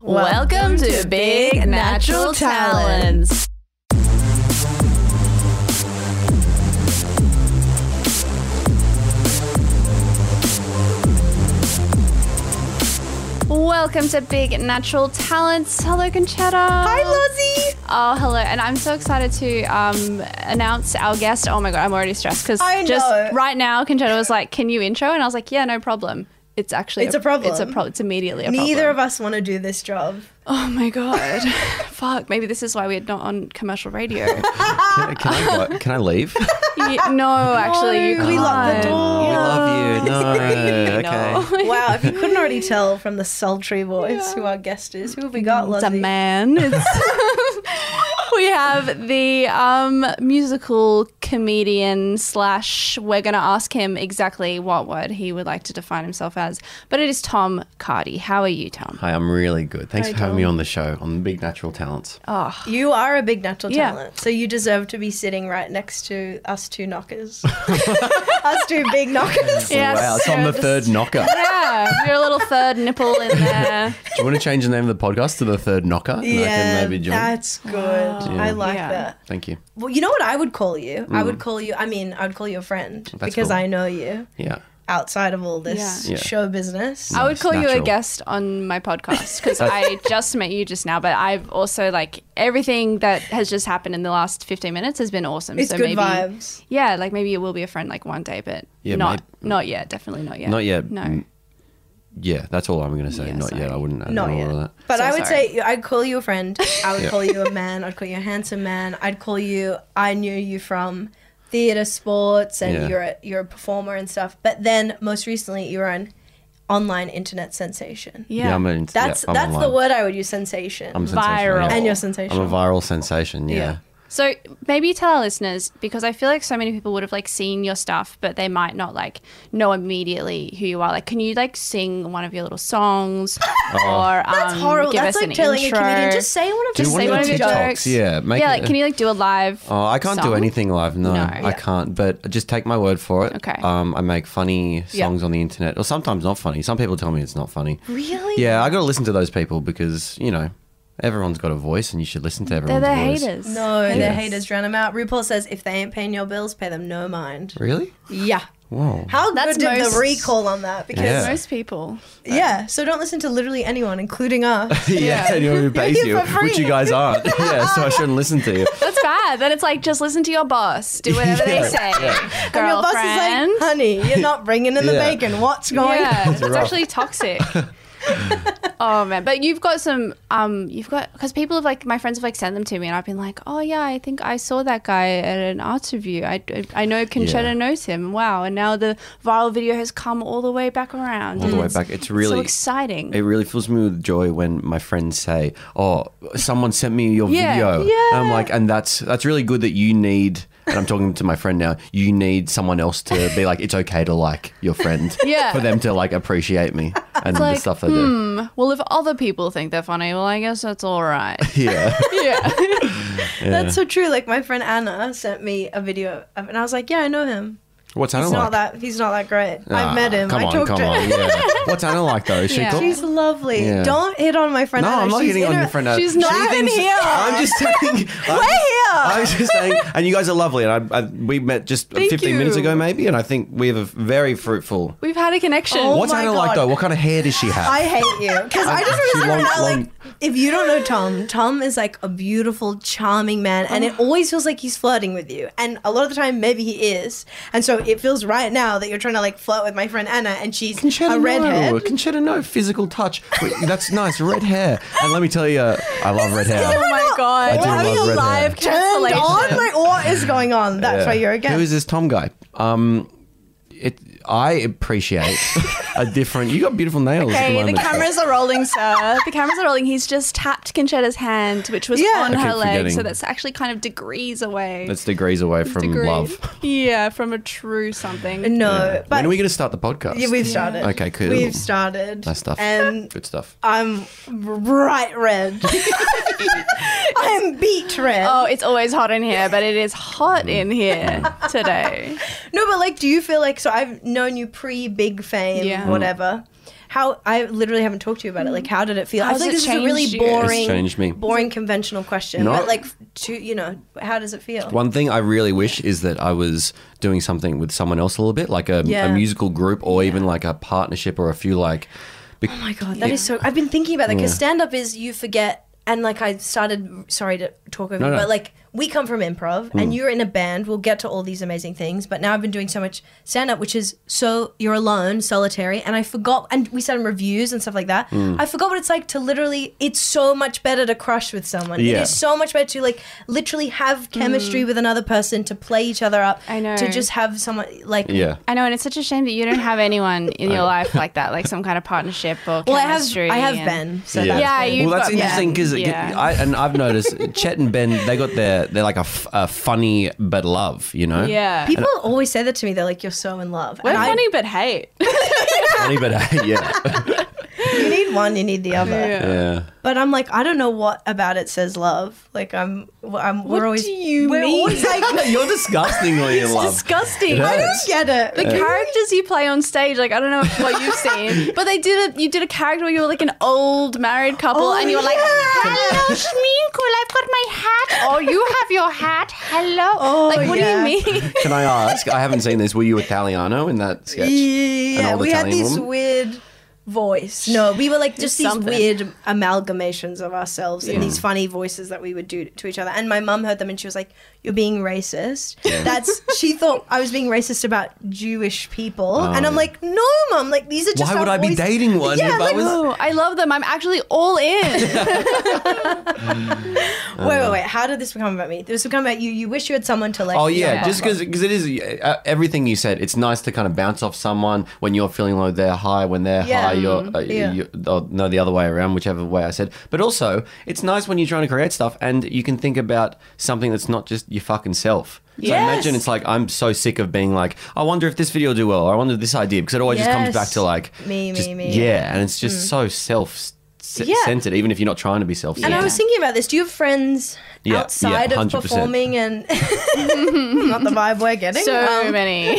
Welcome to Big Natural Talents. Welcome to Big Natural Talents. Hello, Conchetta. Hi, Lozzie. Oh, hello. And I'm so excited to um, announce our guest. Oh, my God, I'm already stressed because I just know. right now, Conchetta was like, Can you intro? And I was like, Yeah, no problem. It's actually It's a problem. It's a problem. It's immediately a problem. Neither of us want to do this job. Oh my god. Fuck. Maybe this is why we're not on commercial radio. Can, can I, go- can I leave? You- no, actually, you No, can't. we locked the Oh, door. We love you. No. No. Okay. Wow, if you couldn't already tell from the sultry voice who our guest is, who have we got, It's a Lozzie? man. It's- we have the um, musical comedian slash. We're going to ask him exactly what word he would like to define himself as. But it is Tom Cardi. How are you, Tom? Hi, I'm really good. Thanks for having me on the show on Big Natural Talents. You are a big natural Yeah. talent, so you deserve to be sitting right next to us two knockers. us two big knockers. Yes. Wow, it's on the third knocker. Oh, Yeah, your little third nipple in there. Do you want to change the name of the podcast to the third knocker? And I can maybe join. that's good. I like Yeah. that. Thank you. Well, you know what I would call you? I would call you, I mean, I would call you a friend because Mm. cool. I know you Yeah. outside of all this Yeah. Yeah. show business. I would call you a natural. guest on my podcast because I just met you just now, but I've also like everything that has just happened in the last 15 minutes has been awesome. It's so good maybe, vibes. Yeah, like maybe you will be a friend like one day, but Yeah, not maybe- not yet. Definitely not yet. Not yet. No. Mm, Yeah, that's all I'm going to say. Yeah, Not yet. sorry. I wouldn't add Not all yet. of that. But So I would sorry. say I'd call you a friend. I would Yeah. call you a man. I'd call you a handsome man. I'd call you. I knew you from theater, sports, and Yeah. you're a, you're a performer and stuff. But then most recently, you were an online internet sensation. Yeah. Yeah, I'm a, That's yeah, I'm that's the online. word I would use. Sensation. I'm sensational, yeah. Viral. and you're I'm sensational. a viral sensation. Yeah. Yeah. So maybe tell our listeners because I feel like so many people would have like seen your stuff, but they might not like know immediately who you are. Like, can you like sing one of your little songs Oh. or um, that's horrible. give That's us like an telling intro? a comedian just say one of Do just Just one say of one the of your TikToks, jokes. yeah, make yeah, it like a- can you like do a live? Oh, I can't song? do anything live. No, No. I Yeah. can't. But just take my word for it. Okay. Um, I make funny Yeah. Mm. songs on the internet, or sometimes not funny. Some people tell me it's not funny. really. Yeah, I got to listen to those people because you know everyone's got a voice, and you should listen to They're everyone's the voice. haters. No, they're Yeah. haters. Drown them out. RuPaul says if they ain't paying your bills, pay them no mind. Really? Yeah. Whoa. How That's good did most- the recall on that? Because Yeah. Most people. Yeah, so don't listen to literally anyone, including us. yeah, and you're Yeah, base you, for free. which you guys aren't. yeah, so I shouldn't listen to you. That's bad. Then it's like, just listen to your boss. Do whatever they Yeah, say. Girlfriend. and your boss is like, honey, you're not bringing in the Yeah. bacon. What's going yeah, on? it's rough. actually toxic. oh man, but you've got some. Um, you've got because people have like my friends have like sent them to me, and I've been like, oh yeah, I think I saw that guy at an arts review. I, I know Conchetta Yeah. knows him. Wow, and now the viral video has come all the way back around. All the way It's back. It's Mm. so really exciting. It really fills me with joy when my friends say, "Oh, someone sent me your Yeah, video." yeah. And I'm like, and that's that's really good that you need. And I'm talking to my friend now. You need someone else to be like, it's okay to like your friend, Yeah. for them to like appreciate me and like, the stuff they hmm. well, if other people think they're funny, well, I guess that's all right. do. Yeah, yeah. That's so true. Like my friend Anna sent me a video of, and I was like, yeah, I know him. what's Anna He's like? not that. He's not that great. Ah, I've met him. Come I on, talked come to on. him. Yeah. What's Anna like though? Is she Yeah. cool? She's lovely. Yeah. Don't hit on my friend. no, Anna. I'm not She's hitting on inter- your friend. Anna. She's not She in thinks- here. I'm just saying. I'm- We're here. I was just saying, and you guys are lovely, and I, I, we met just Thank 15 minutes you. ago, maybe, and I think we have a very fruitful. We've had a connection. Oh What's my Anna like God. though? What kind of hair does she have? I hate you because I just She's remember long- how, like, long- if you don't know Tom, Tom is like a beautiful, charming man, and Oh. it always feels like he's flirting with you. And a lot of the time, maybe he is, and so it feels right now that you're trying to like flirt with my friend Anna, and she's Conchetta, a redhead. no. Conchetta, no physical touch. Wait, that's nice. Red hair. And let me tell you, I love red hair. Oh my god. I do We're having love a red hair. live Turned cancellation. on, like what is going on? That's why you're Who again. is this Tom guy? Um, it. I appreciate a different. You got beautiful nails. at the, Okay, the moment. cameras are rolling, sir. The cameras are rolling. He's just tapped Conchetta's hand, which was Yeah. on I her keep leg, so forgetting. that's actually kind of degrees away. That's degrees away from Degree. love. Yeah, from a true something. no, Uh, but when are we going to start the podcast? yeah, we've um, started. Okay, cool. We've started. Nice stuff. And Good stuff. I'm bright red. I am beet red. Oh, it's always hot in here, but it is hot Mm. in here today. No, but like, do you feel like so? I've known you pre Big Fame, Mm. Yeah. whatever, How I literally haven't talked to you about it. Like, how did it feel? I How's feel like it this is a really changed you? It's boring, changed me. boring conventional question. No. But like, to you know, how does it feel? One thing I really wish is that I was doing something with someone else a little bit, like a, Yeah. a musical group or even like a partnership or a few like. Be- Oh my god, that is so. I've been thinking about that because stand up is you forget, and like I started. Sorry to talk over you, no. Mm. but like we come from improv, and you're in a band. We'll get to all these amazing things, but now I've been doing so much stand up, which is so you're alone, solitary, and I forgot. And we send reviews and stuff like that. Mm. I forgot what it's like to literally. It's so much better to crush with someone. It Yeah. is so much better to like literally have chemistry with another person to play each other up. Mm. I know. to just have someone like yeah. I know, and it's such a shame that you don't have anyone in your life like that, like some kind of partnership or Well, I have chemistry. I have and- Ben. So Yeah. that's Yeah, good. you- well, that's got- interesting yeah. because Yeah. I and I've noticed Chet and Ben they got their they're like a, f- a funny but love, you know. Yeah, People always say that to me. They're like, "You're so in love." we're And I- funny but hate. Funny but yeah, you need one, you need the other. yeah. But I'm like, I don't know what about it says love. Like I'm, I'm. What we're always. do you we're mean? always like, You're disgustingly in love. Disgusting. Yeah. I don't get it. The characters you play on stage, like I don't know if what you've seen, but they did a you did a character where you were like an old married couple, Oh, and you were like, yeah. "Hello, Schminkul, I've got my hat. Oh, you have your hat. Hello. Oh, like, what yeah. do you mean? Can I ask? I haven't seen this. Were you Italiano in that sketch? yeah, An old we had Italian this woman? weird voice. No, we were like just these Something. weird amalgamations of ourselves and these funny voices that we would do to each other. And my mum heard them and she was like, "You're being racist." That's she thought I was being racist about Jewish people, and I'm like, "No, mum. Like these are just Ah. our Why would I be voices." dating one Yeah, if I like, was- Oh, I love them. I'm actually all in. Wait, wait, wait. How did this become about me? This become about you. You wish you had someone to like. Oh yeah, Yeah. just because it is uh, everything you said. It's nice to kind of bounce off someone when you're feeling low, they're high. When they're Yeah. high, you're, uh, Yeah. you oh, no the other way around, whichever way I said. But also, it's nice when you're trying to create stuff and you can think about something that's not just your fucking self. So Yes. imagine it's like I'm so sick of being like, I wonder if this video will do well. Or I wonder if this idea because it always just comes Yes. back to like Me, me, just- me. Mm. Yeah, and it's just so self Yeah. centered, even if you're not trying to be self centered. And I was thinking about this. Do you have friends Yeah, yeah, outside of 100%. performing and not the vibe we're getting? So um, many.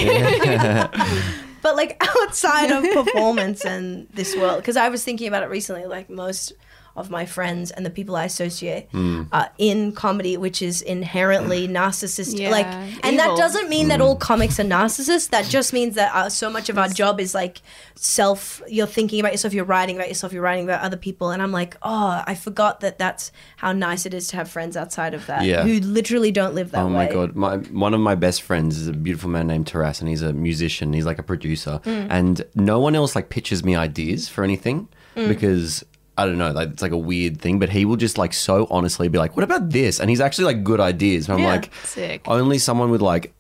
but like outside of performance and this world, because I was thinking about it recently. Like most of my friends and the people I associate Hmm. are in comedy, which is inherently narcissistic. Yeah, Like, and that evil. doesn't mean Hmm. that all comics are narcissists. That just means that uh, so much of our job is like self. You're thinking about yourself. You're writing about yourself. You're writing about other people. And I'm like, oh, I forgot that that's how nice it is to have friends outside of that Yeah. who literally don't live that Oh way. my god, my one of my best friends is a beautiful man named Taras, and he's a musician. He's like a producer, Mm. and no one else like pitches me ideas for anything Mm. because I don't know, like it's like a weird thing. But he will just like so honestly be like, "What about this?" And he's actually like good ideas. And I'm Yeah. like, Sick. only someone with like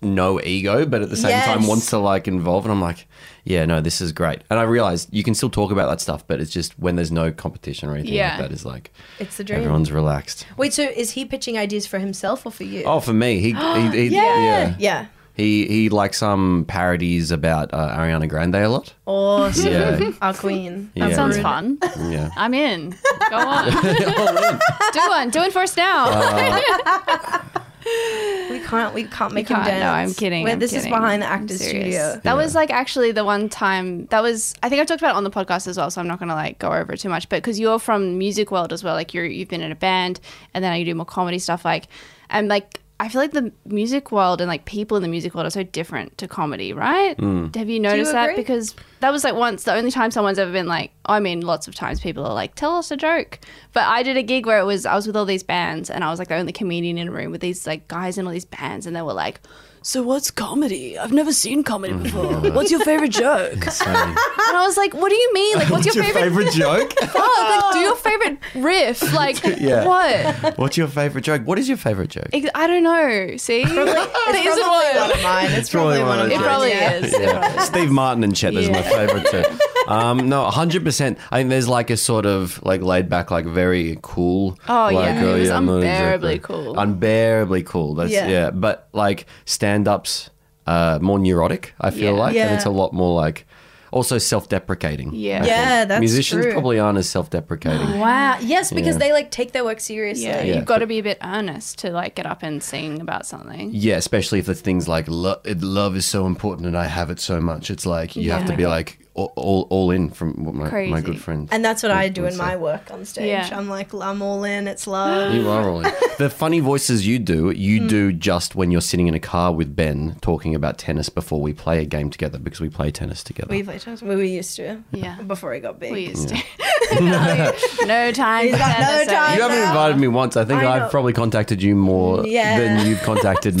no ego, but at the same time Yes. wants to like involve. And I'm like, yeah, no, this is great. And I realize you can still talk about that stuff, but it's just when there's no competition or anything Yeah. like that is like It's the dream. everyone's relaxed. Wait, so is he pitching ideas for himself or for you? Oh, for me, he, he, he yeah. Yeah. He he likes some parodies about uh, Ariana Grande a lot. Awesome. Yeah. Our queen. Yeah. That sounds fun. Yeah. I'm in. Go on. Do one. Do it for us now. We can't. We can't make him can't. dance. No, I'm kidding. Wait, I'm this kidding. is behind the I'm actors serious. studio. That was like actually the one time that was I think I've talked about it on the podcast as well, so I'm not gonna like go over it too much. But because you're from music world as well, like you're you've been in a band and then you do more comedy stuff, like and like I feel like the music world and like people in the music world are so different to comedy, right? Have you noticed that? agree? Because that was like once the only time someone's ever been like, I mean, lots of times people are like, tell us a joke. But I did a gig where it was I was with all these bands and I was like the only comedian in a room with these like guys in all these bands and they were like, so what's comedy? I've never seen comedy Mm. before. What's your favorite joke? And I was like, what do you mean? Like, what's, your, favorite, joke? fuck? Like, do your favorite riff? Like, Yeah. what? What's your favorite joke? What is your favorite joke? Ex- I don't know. See, It's it probably isn't one one. of mine. It's probably probably one of one mine. of It probably yeah. is. Yeah. Steve Martin and Chet is my favorite too. Um, no, hundred percent. I think there's like a sort of like laid back, like very cool. Oh, yeah. like, uh, It was I'm not unbearably cool. Unbearably cool. That's Yeah. yeah. But like stand ups, uh, more neurotic. I Yeah. feel like, and Yeah. it's a lot more like also self deprecating. Yeah. Yeah, Uh, that's musicians true. probably aren't as self deprecating. Wow. Yes, because Yeah. they like take their work seriously. Yeah, Yeah, you've got to be a bit earnest to like get up and sing about something. Yeah, especially if the things like lo- it- love is so important and I have it so much. It's like you have to be like, all, all, all in from what my, my Crazy. good friend. And that's what I would- do would in say. my work on stage. Yeah. I'm like, I'm all in. It's love. You are all in. the funny voices you do, you Hmm. do just when you're sitting in a car with Ben talking about tennis before we play a game together because we play tennis together. we play tennis. We were used to. Yeah. Before I got big. We used to. no time. He's for got no tennis, so- time. you haven't now. invited me once. I think I I know. have probably contacted you more Yeah. than you've contacted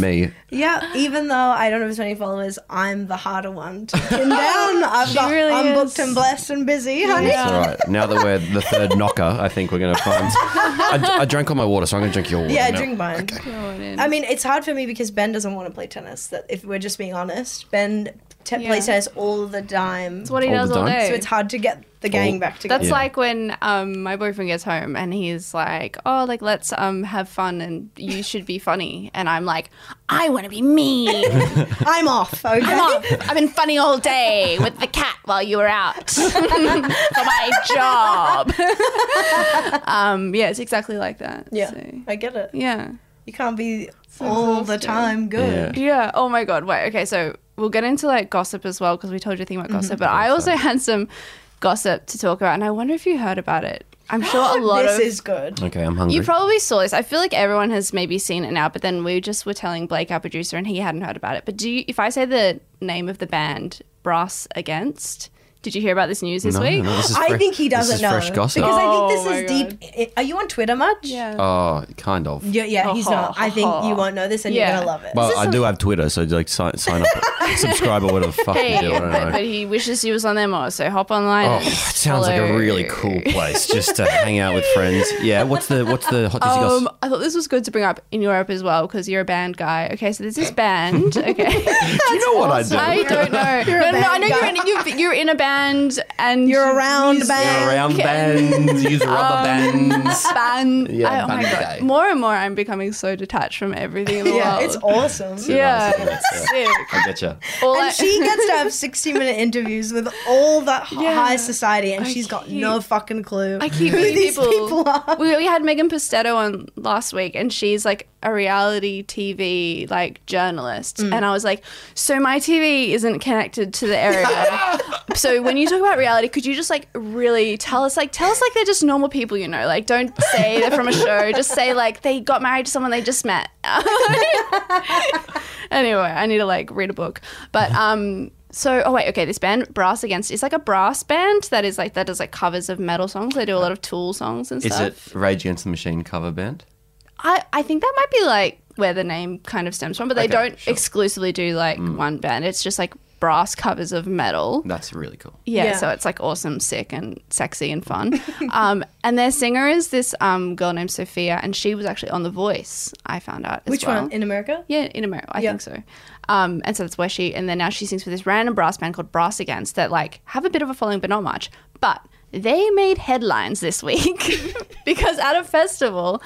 me. Yeah, even though I don't have as many followers, I'm the harder one to pin down. I've got, really I'm is. booked and blessed and busy, honey. It's all right. Now that we're the third knocker, I think we're going to find. I, I drank all my water, so I'm going to drink your water. Yeah, now. drink mine. Throw it in. I mean, it's hard for me because Ben doesn't want to play tennis. That if we're just being honest, Ben te- Yeah. plays tennis all the time, It's so what he All does the all time. day. it's hard to get the gang back together. That's Yeah. like when um, my boyfriend gets home and he's like, "Oh, like let's um, have fun and you should be funny," and I'm like, "I want to be mean. I'm off. Okay. I'm off. I've been funny all day with the cat while you were out for my job." um, yeah, it's exactly like that. Yeah, so, I get it. yeah. You can't be all the exhausting. time good. Yeah. Oh my god. Wait. Okay. So we'll get into like gossip as well because we told you a thing about Mm-hmm. gossip, but I also had some gossip to talk about, and I wonder if you heard about it. I'm sure a lot this of is good. Okay, I'm hungry. you probably saw this. I feel like everyone has maybe seen it now, but then we just were telling Blake, our producer, and he hadn't heard about it. But do you, if I say the name of the band, Brass Against, did you hear about this news this No, week? no, this is I fresh- think he doesn't this is know Fresh gossip. because Oh I my think this is deep. Are you on Twitter much? Yeah. oh, kind of. Yeah, yeah, he's not. I think you won't know this, and Yeah. you're gonna love it. Well, I do have Twitter, so like sign, sign up, subscribe, or whatever the fuck you Hey, do. I don't know. but, but he wishes he was on them more, so hop online. Oh, and it sounds like a follow. really cool place just to hang out with friends. Yeah, what's the what's the hot dizzy Um, gossip? I thought this was good to bring up in Europe as well because you're a band guy. Okay, so there's this band. Okay, Do you know what I I do? don't know. You're no, a no, no, I know band you're in, you're, you're in a band and You're you around use- band. You're around bands, use Um, rubber bands. Band. Yeah, I- oh my band god! guy. More and more, I'm becoming so detached from everything in the yeah, world. it's awesome. yeah, Nice, isn't it? sick. I get you. All I- And she gets to have 60 minute interviews with all that h- Yeah. high society, and I she's got keep- no fucking clue. I keep who meeting these people. people are. We, we had Megan Pistetto on last week, and she's like a reality TV like journalist, Mm. and I was like, so my TV isn't connected to the area. so when you talk about reality, could you just like really tell us like tell us like they're just normal people, you know? Like don't say they're from a show. Just say like they got married to someone they just met. anyway, I need to like read a book. But um so oh wait, okay, this band Brass Against is like a brass band that is like that does like covers of metal songs. They do a lot of tool songs and Is stuff. it Rage Against the Machine cover band? I, I think that might be like where the name kind of stems from, but they Okay, don't sure. Mm. exclusively do like one band. It's just like brass covers of metal. That's really cool. Yeah, Yeah. so it's like awesome, sick, and sexy and fun. um, and their singer is this um, girl named Sophia, and she was actually on The Voice. I found out. As Which well. one? In America? Yeah, in America, I Yeah. think so. Um, and so that's where she, and then now she sings for this random brass band called Brass Against that like have a bit of a following, but not much. But they made headlines this week because at a festival,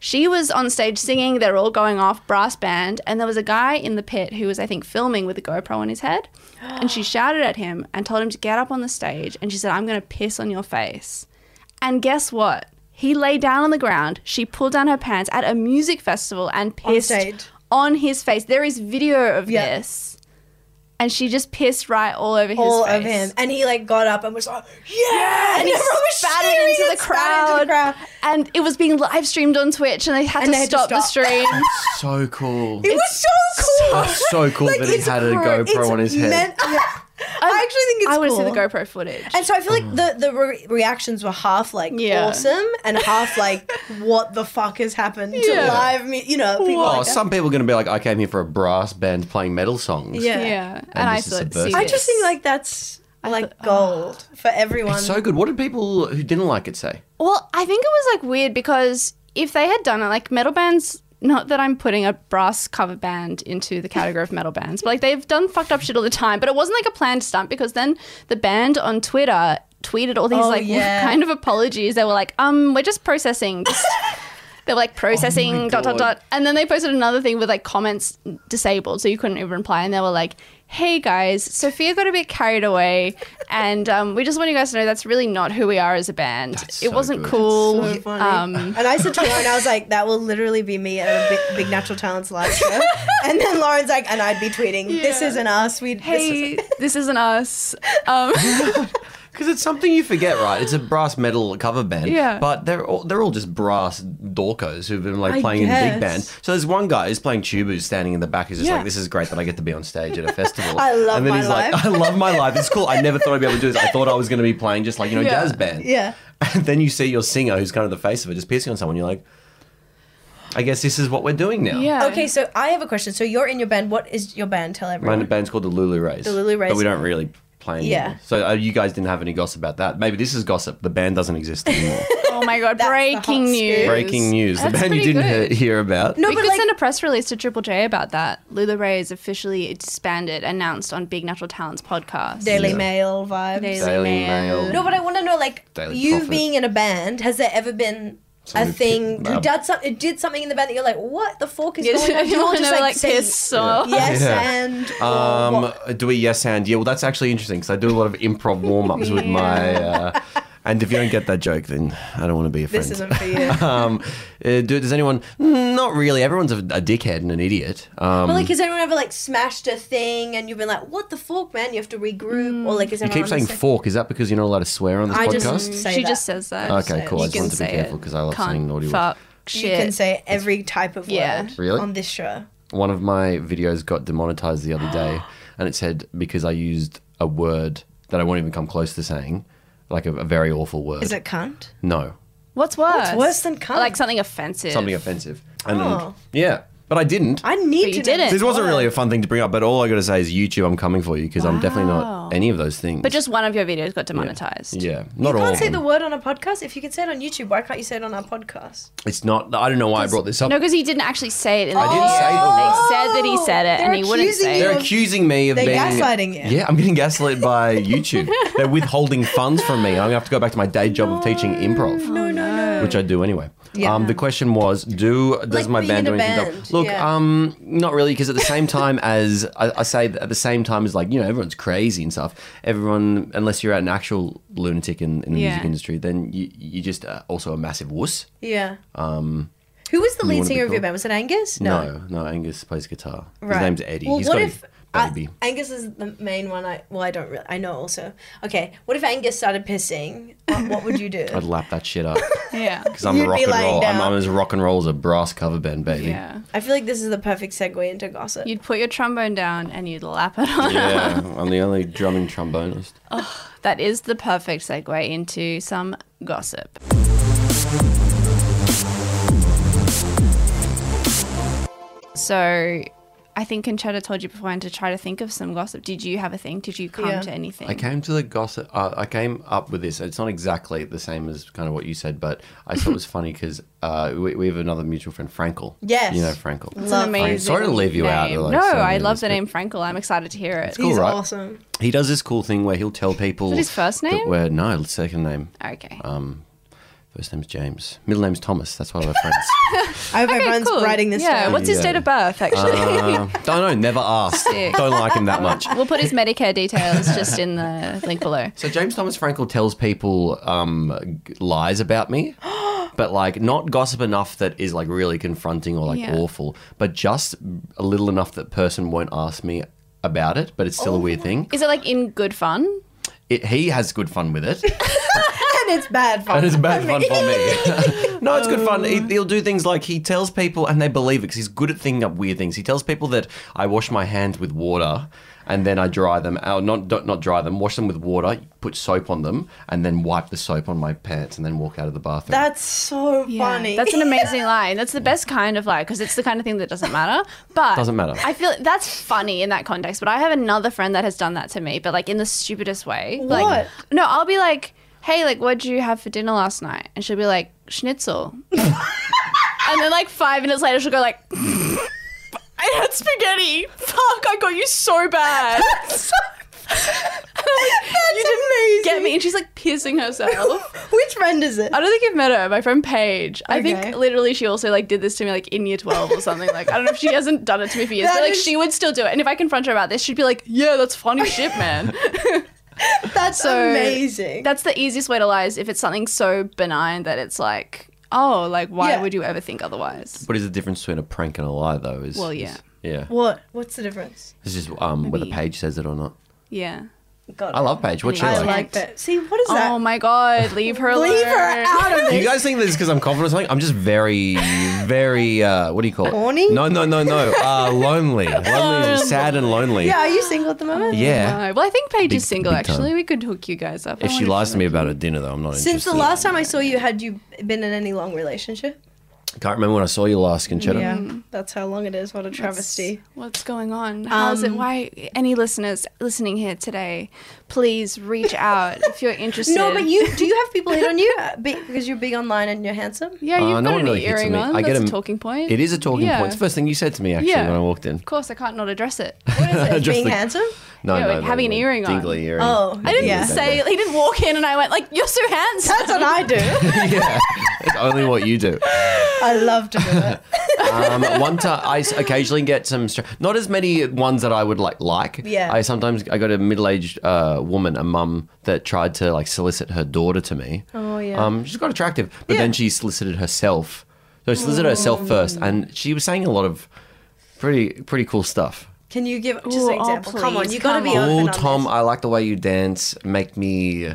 she was on stage singing. They're all going off brass band, and there was a guy in the pit who was, I think, filming with a GoPro on his head, and she shouted at him and told him to get up on the stage, and she said, "I'm going to piss on your face." And guess what? He lay down on the ground. She pulled down her pants at a music festival and pissed stage. on his face. There is video of Yeah. this. And she just pissed right all over his All face. of him. And he like got up and was like, yeah! And he everyone was spat cheering it into and the spat into crowd. And it was being live streamed on Twitch and they had, to, And they had to stop the stop. stream. So cool. It was so cool. That's so cool that he it's had a cr- GoPro it's on his head. meant- I actually think it's I want cool. to see the GoPro footage. And so I feel Mm. like the the re- reactions were half like Yeah. awesome and half like what the fuck has happened to Yeah. live me you know people oh, like that. some people are going to be like, I came here for a brass band playing metal songs. Yeah. yeah. And, I this is thought, see subversive. I just this. think like that's like oh. gold for everyone. It's so good. What did people who didn't like it say? Well, I think it was like weird because if they had done it, like metal bands, not that I'm putting a brass cover band into the category of metal bands, but like they've done fucked up shit all the time. But it wasn't like a planned stunt because then the band on Twitter tweeted all these Oh, like yeah. kind of apologies. They were like, um, we're just processing. Just They were like processing Oh dot dot God. dot, and then they posted another thing with like comments disabled, so you couldn't even reply. And they were like, "Hey guys, Sophia got a bit carried away, and um, we just want you guys to know that's really not who we are as a band. That's it so wasn't good. cool. So funny. Um, and I said to Lauren, I was like, that will literally be me at a big, big natural talents live show. And then Lauren's like, and I'd be tweeting, this Yeah. isn't us. We hey, this isn't us. Um, Because it's something you forget, right? It's a brass metal cover band. Yeah. But they're all, they're all just brass dorkos who've been like I playing in guess. big band. So there's one guy who's playing tubas standing in the back who's just Yeah. like, this is great that I get to be on stage at a festival. I love And then my he's like, life. I love my life. It's cool. I never thought I'd be able to do this. I thought I was going to be playing just like, you know, Yeah. jazz band. Yeah. And then you see your singer who's kind of the face of it just pissing on someone. You're like, I guess this is what we're doing now. yeah. Okay, so I have a question. So you're in your band. What is your band? Tell My everyone. band's called the Lulu Rays. The Lulu Rays. But we don't really play anymore. Yeah. So uh, you guys didn't have any gossip about that. Maybe this is gossip. The band doesn't exist anymore. Oh my god, That's the hot breaking scoop. news. Breaking news. That's the band you pretty didn't good. he- hear about. No, we but could like, send a press release to Triple J about that. Lula Ray is officially expanded, announced on Big Natural Talents podcast. Daily Yeah. Mail vibes. Daily Daily Mail. Mail. No, but I want to know, like, Daily you Prophet. being in a band, has there ever been a Something thing? picked You up. did, some, it did something in the band that you're like, what the fork is You going on? Do you all want to just know, like, like say piss off? yes Yeah. and or Um, what? do we yes and yeah? Well, that's actually interesting because I do a lot of improv warm ups with my. Uh, and if you don't get that joke, then I don't want to be a friend. this isn't for you. um, uh, do, does anyone? Not really. Everyone's a, a dickhead and an idiot. Um, But like, has anyone ever like smashed a thing and you've been like, "What the fork, man? You have to regroup," or like, is you everyone keep saying on the same- fork. Is that because you're not allowed to swear on this I just- podcast? Say she that. just says that. Okay, So cool. I you just can wanted to be say careful 'cause I love Cunt, saying naughty words. fuck, You Shit. can say every type of Yeah. word Really? on this show. One of my videos got demonetized the other day, and it said because I used a word that I won't even come close to saying, like a, a very awful word. Is it cunt? No. What's worse? What's worse than cunt? Like something offensive. something offensive. And Oh. yeah, but I didn't. I need But to. you know didn't. this wasn't word. really a fun thing to bring up, but all I got to say is YouTube, I'm coming for you because I'm definitely Wow. not any of those things. But just one of your videos got demonetized. yeah, not You all. can't of say the them. word on a podcast. If you can say it on YouTube, why can't you say it on our podcast? It's not. I don't know why I brought this up. No, because he didn't actually say it. In the I didn't video. say They the word. said that he said it, They're and he wouldn't accusing say you it. They're accusing me of They're being gaslighting you. Yeah, I'm getting gaslit by YouTube. They're withholding funds from me. I'm gonna have to go back to my day job of teaching improv. No, no, no. Which I do anyway. Yeah. Um, the question was, do does Like my being band do in a anything? band, Look, yeah. um, not really, because at the same time as I, I say, at the same time as like you know everyone's crazy and stuff. Everyone, unless you're an actual lunatic in, in the Yeah. music industry, then you you're just uh, also a massive wuss. Yeah. Um. Who was the lead wanna be singer of your cool? band? Was it Angus? No, no, Angus plays guitar. His Right. name's Eddie. Well, He's what got if a I- baby. Angus is the main one. I well, I don't really. I know also. Okay, what if Angus started pissing? What, what would you do? I'd lap that shit up Yeah. because I'm You'd be rock and lying roll. I'm, down. I'm as rock and roll as a brass cover band, baby. Yeah. I feel like this is the perfect segue into gossip. You'd put your trombone down and you'd lap it on. Yeah, I'm the only drumming trombonist. That is the perfect segue into some gossip. So, I think Conchetta told you beforehand to try to think of some gossip. Did you have a thing? Did you come Yeah. to anything? I came to the gossip. Uh, I came up with this. It's not exactly the same as kind of what you said, but I thought it was funny because uh, we, we have another mutual friend, Frankel. Yes. you know Frankel. It's an Love amazing. Sorry to leave you out, name. like, no, so I many love the of us, name Frankel. I'm excited to hear it. cool. He's right. awesome. He does this cool thing where he'll tell people. his first that name? we're- no, second name. Okay. Um, first name's James. Middle name's Thomas. That's why we're friends. I hope Okay, everyone's cool. writing this Yeah. down. What's his Yeah. date of birth? Actually, Uh, don't know. Never asked. Sick. Don't like him that much. we'll put his Medicare details just in the link below. So James Thomas Frankel tells people um, g- lies about me, but like not gossip enough that is like really confronting or like Yeah. awful, but just a little enough that person won't ask me about it, but it's still a weird thing. Is it like in good fun? It, he has good fun with it, and it's bad for and it's bad fun for me. no, it's good fun. He, Oh. he'll do things like he tells people, and they believe it because he's good at thinking up weird things. He tells people that I wash my hands with water. And then I dry them. Oh, not don't, not dry them. Wash them with water. Put soap on them, and then wipe the soap on my pants, and then walk out of the bathroom. That's so funny. That's an amazing line. That's the best kind of lie because it's the kind of thing that doesn't matter. But Doesn't matter. I feel that's funny in that context. But I have another friend that has done that to me, but like in the stupidest way. Like, What? no, I'll be like, "Hey, like, what'd you have for dinner last night?" And she'll be like, "Schnitzel." and then like five minutes later, she'll go like. I had spaghetti. Fuck, I got you so bad. you didn't amazing. get me. And she's like piercing herself. Which friend is it? I don't think I've met her. My friend Paige. I Okay. think literally she also like did this to me like in year twelve or something. Like I don't know if she hasn't done it to me for years, That but like is- she would still do it. And if I confront her about this, she'd be like, "Yeah, that's funny shit, man." That's So- amazing. that's the easiest way to lie is if it's something so benign that it's like, oh, like why Yeah. would you ever think otherwise? What is the difference between a prank and a lie, though? Is Well, is- yeah. yeah. what? What's the difference? It's just um, whether Maybe- Paige says it or not. Yeah. God, I love Paige. What's she I I like? like that. See, what is that? Oh my god, leave her alone. Leave her out of Do this. you guys think this is because I'm confident or something? I'm just very, very, uh, what do you call it? Horny? No, no, no, no. Uh, lonely. Lonely. Um, Sad and lonely. yeah, are you single at the moment? Yeah. No. Well, I think Paige Big- is single. big time. Actually, we could hook you guys up. I If she wonder lies to me might- about a dinner, though, I'm not Since interested. the last time I saw you, had you been in any long relationship? Mm. Can't remember when I saw you last, Conchetta. that's how long it is. What a travesty. Um, What's going on? How's it? Why? Any listeners listening here today, please reach out if you're interested. No, but you do you have people hit on you Uh, be- because you're big online and you're handsome? Yeah, Uh, you've got no one an really hits on earring me. on. I get That's a- a talking point. It is a talking Yeah. point. It's the first thing you said to me, actually, Yeah. when I walked in. Of course, I can't not address it. What is it? Just Being like- handsome? No, Yeah, no, like no, having no. an earring on. Dingly earring. Oh, I didn't Yeah. say he didn't walk in and I went like, "You're so handsome." That's what I do. yeah, it's only what you do. I love to do it. Um, one time, I s- occasionally get some, str- not as many ones that I would like. Like, Yeah. I sometimes I got a middle-aged uh, woman, a mum, that tried to like solicit her daughter to me. Oh, yeah. Um, she's got attractive, but then Yeah. Oh. she solicited herself. So she solicited herself first, and she was saying a lot of pretty pretty cool stuff. Can you give just Ooh, an oh, example? come on, please, you got to come be on. open Oh, on Tom, this. I like the way you dance. Make me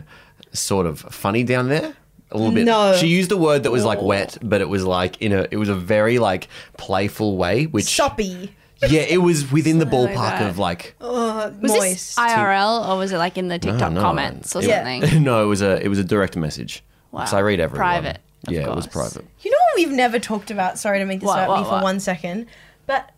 sort of funny down there. A little bit. No. She used a word that was like wet, but it was like in a it was a very like playful way, which Soppy, yeah, it was within the Something ballpark like that. Oh. of like uh, was this moist. IRL or was it like in the TikTok no, comments or it- Yeah. something? no, it was a it was a direct message. Wow. So I read everyone. Private, of yeah, it was course. private. You know what we've never talked about? Sorry to make this What, about what, me for what? one second, but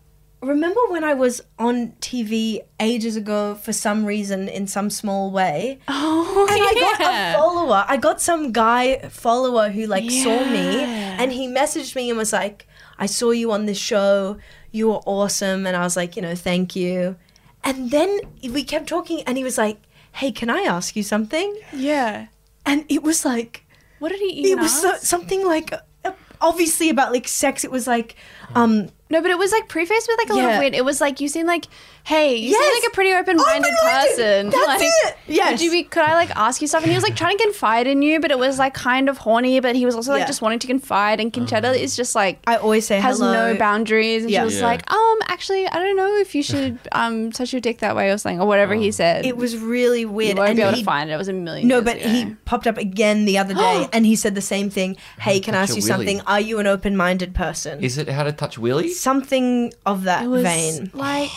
remember when I was on TV ages ago for some reason in some small way, Oh, and I yeah. got a follower. I got some guy follower who like saw me, Yeah. and he messaged me and was like, "I saw you on this show. You were awesome." And I was like, you know, thank you. And then we kept talking, and he was like, "Hey, can I ask you something?" yeah. And it was like What did he eat? it was so, something like uh, obviously about like sex it was like um No, but it was like prefaced with like a Yeah. little weird. It was like you seem like, hey, you Yes. seem like a pretty open-minded Open-minded. person. That's like, it. Yes. Could you be? Could I like ask you stuff? And he was like trying to confide in you, but it was like kind of horny. But he was also like Yeah. just wanting to confide. And Conchetta is just like i always say has hello no boundaries. And Yeah. she was Yeah. like, um, actually, I don't know if you should um touch your dick that way or something or whatever he said. it was really you weird won't and be able he- to find it. It was a million. no years but ago. he popped up again the other day and he said the same thing hey can i Touch ask your you willy. something are you an open-minded person Is it how to touch wheelies? something of that It was vein like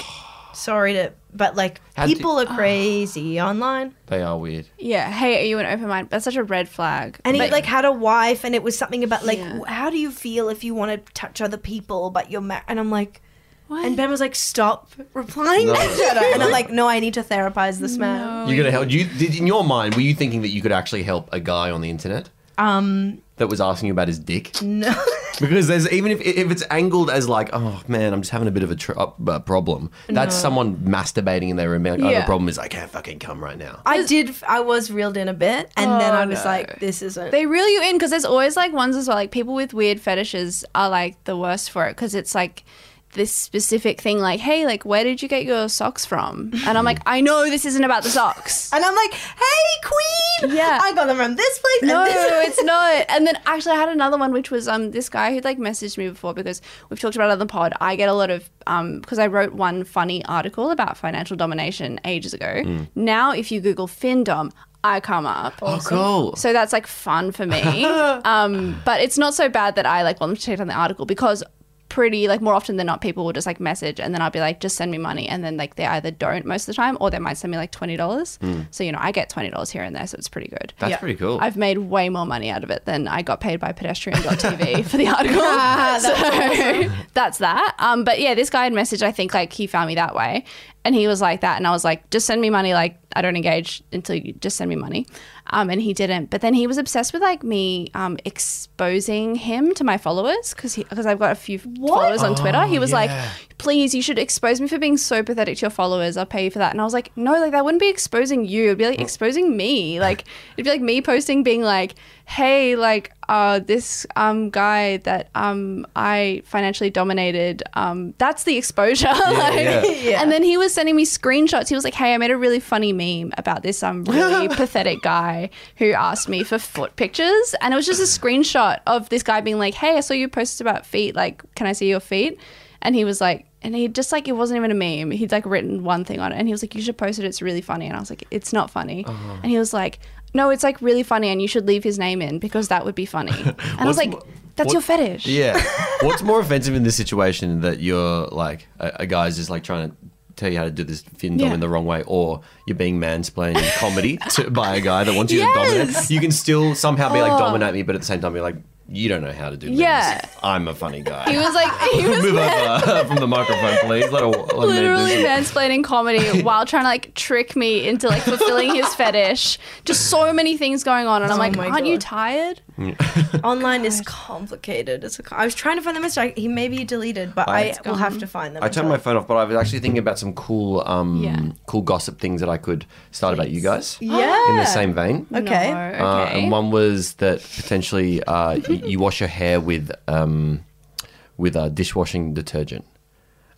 sorry to but like How do- people Ah. are crazy online They are weird. yeah, hey, are you an open mind? That's such a red flag. and he But- like had a wife and it was something about like Yeah. w- how do you feel if you want to touch other people but you're ma-? and i'm like What? And Ben was like, "Stop replying No. to each other." And I'm like, "No, I need to therapize this man." You're gonna help. You did in your mind? Were you thinking that you could actually help a guy on the internet Um, that was asking you about his dick? no. Because there's even if if it's angled as like, oh man, I'm just having a bit of a tr- uh, uh, problem. That's someone masturbating in their room. Like, Oh, the Yeah. problem is I can't fucking come right now. I did. I was reeled in a bit, and then Oh, I was no. like, "This isn't." They reel you in because there's always like ones as well. Like people with weird fetishes are like the worst for it because it's like this specific thing. Like, hey, like where did you get your socks from? And I'm like, I know this isn't about the socks. and I'm like, "Hey, Queen! Yeah. I got them from this place." No, and this. it's not. And then actually, I had another one, which was um this guy who like messaged me before because we've talked about it on the pod. I get a lot of um because I wrote one funny article about financial domination ages ago. Now, if you Google FinDom, I come up. Oh, cool. So that's like fun for me. um, but it's not so bad that I like want them to check on the article because pretty like more often than not people will just like message and then I'll be like just send me money and then like they either don't most of the time or they might send me like twenty dollars. So you know I get twenty dollars here and there, so it's pretty good. Hmm. That's Yeah. pretty cool. I've made way more money out of it than I got paid by pedestrian.tv for the article. Ah, that's so that's that. Um, but yeah, this guy had messaged, I think, like he found me that way. And he was like that. And I was like, just send me money. Like, I don't engage until you just send me money. Um, and he didn't. But then he was obsessed with like me um, exposing him to my followers because because I've got a few followers on Twitter. He was yeah. like, please, you should expose me for being so pathetic to your followers. I'll pay you for that. And I was like, no, like that wouldn't be exposing you. It'd be like exposing me. Like it'd be like me posting, being like, hey, like uh, this um guy that um I financially dominated. Um, that's the exposure. like, yeah. Yeah. And then he was sending me screenshots. He was like, hey, I made a really funny meme about this um really pathetic guy who asked me for foot pictures, and it was just a screenshot of this guy being like, hey, I saw you posted about feet. Like, can I see your feet? And he was like, and he just like, it wasn't even a meme. He'd like written one thing on it and he was like, you should post it. It's really funny. And I was like, it's not funny. Uh-huh. And he was like, no, it's like really funny and you should leave his name in because that would be funny. And I was What's like, mo- that's what- your fetish. Yeah. What's more offensive in this situation that you're like a, a guy's just like trying to tell you how to do this fin dom Yeah. in the wrong way, or you're being mansplained in comedy to, by a guy that wants you to dominate? Yes. Oh. You can still somehow be like dominate me, but at the same time be like, you don't know how to do Yeah. this. I'm a funny He guy. was like, he was Move over from the microphone, please. Let a, let a man do literally this. mansplaining comedy while trying to like trick me into like fulfilling his fetish. Just so many things going on, and I'm Oh like, my aren't you God. tired? Mm. Online Oh is complicated. It's a co- I was trying to find the message. I, he maybe he deleted, but I, will have to find them. I turned my phone off, but I was actually thinking about some cool, um, Yeah. cool gossip things that I could start about you guys. Yeah. In the same vein. Okay. No, okay. Uh, and one was that potentially uh, you, you wash your hair with um, with uh, dishwashing detergent,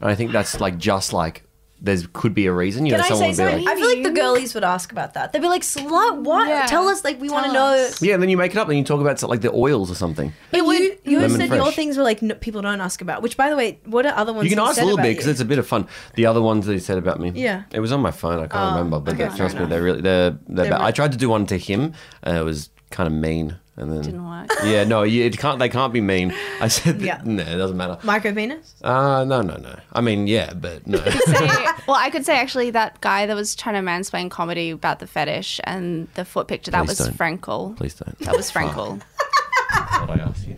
and I think that's like just like there's could be a reason. You Can know, I someone say would something? be like, I feel like the girlies would ask about that. They'd be like, "Slut, what? Yeah. Tell us, like, we want to Tell know." us. yeah, and then you make it up, and you talk about like the oils or something. But you, you Lemon said your fresh. things were like n- people don't ask about. Which, by the way, what are other ones? You can that ask said a little about bit because you? it's a bit of fun. The other ones that he said about me, Yeah. Oh, it was on my phone. I can't remember, but okay, that, trust fair me, they're really they're, they're, They're bad. really- I tried to do one to him, and it was kind of mean, and then Didn't work. yeah, no, you, it can't. They can't be mean. I said, that, Yeah. no, it doesn't matter. micro penis. Uh, no, no, no. I mean, yeah, but no. Say, well, I could say actually that guy that was trying to mansplain comedy about the fetish and the foot picture that was Please don't. Frankel. Please don't. That was Frankel. What I asked you.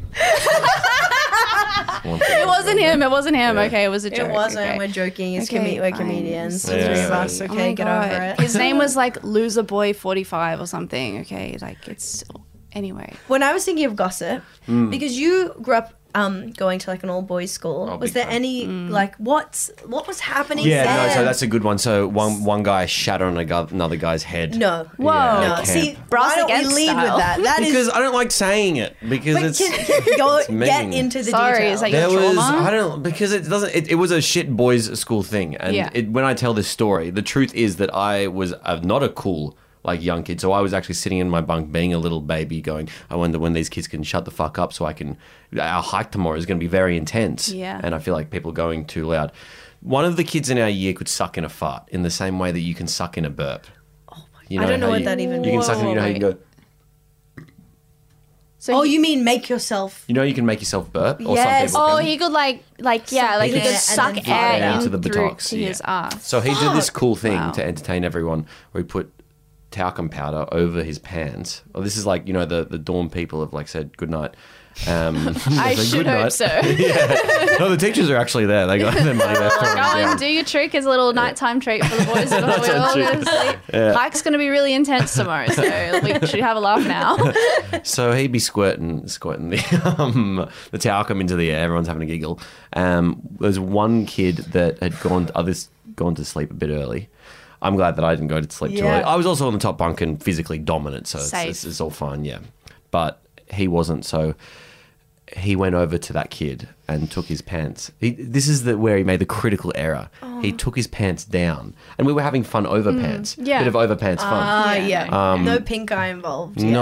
it wasn't him. It wasn't him. Yeah. Okay, it was a joke. It wasn't. Okay. We're joking. It's Okay, comed- we're fine. comedians. So the three of silly. us. Oh Okay, my get over God. it. His name was like Loser Boy Forty Five or something. Okay, like it's anyway. when I was thinking of gossip, Mm. because you grew up um, going to like an all boys school, Oh, was big there time. any like what's what was happening? Yeah, then? no, so that's a good one. So one one guy shat on a gu- another guy's head. no, Whoa. Yeah, no. camp. See, Brass why don't we against lead style. with that? That is because I don't like saying it because but it's can, can go it's mean. get into the Sorry, detail. it's like- there your was trauma? I don't because it doesn't it, it was a shit boys school thing and Yeah. it, when I tell this story the truth is that I was uh, not a cool like young kid so I was actually sitting in my bunk being a little baby going I wonder when these kids can shut the fuck up so I can our hike tomorrow is going to be very intense Yeah. and I feel like people are going too loud one of the kids in our year could suck in a fart in the same way that you can suck in a burp you Oh I don't know how what you- that even you can suck in Whoa, you know how you wait. go So oh, he- you mean make yourself? you know you can make yourself burp or Yes. some people Oh, can. he could like, like yeah, like he Suck could suck air and then air fart into out. Into the the through buttocks, to his yeah. ass. So he did this cool thing Wow. to entertain everyone where he put talcum powder over his pants. Oh, this is like, you know, the, the dorm people have like said goodnight. Um, I they said should hope goodnight. so. yeah. No, the teachers are actually there. They got their money back. Go and do your trick as a little nighttime treat for the boys. Before we all go to sleep. Hike's going to be really intense tomorrow, so we should have a laugh now. So he'd be squirting, squirting the um, the talcum into the air. Everyone's having a giggle. Um, there's one kid that had gone, others gone to sleep a bit early. I'm glad that I didn't go to sleep too Yeah. early. I was also on the top bunk and physically dominant, so it's, Safe. it's, it's all fine. Yeah, but he wasn't. So he went over to that kid and took his pants. He, this is the, where he made the critical error. He took his pants down, and we were having fun over pants. yeah. bit of over pants fun. Ah, Yeah. yeah. no pink eye involved. yeah. Um,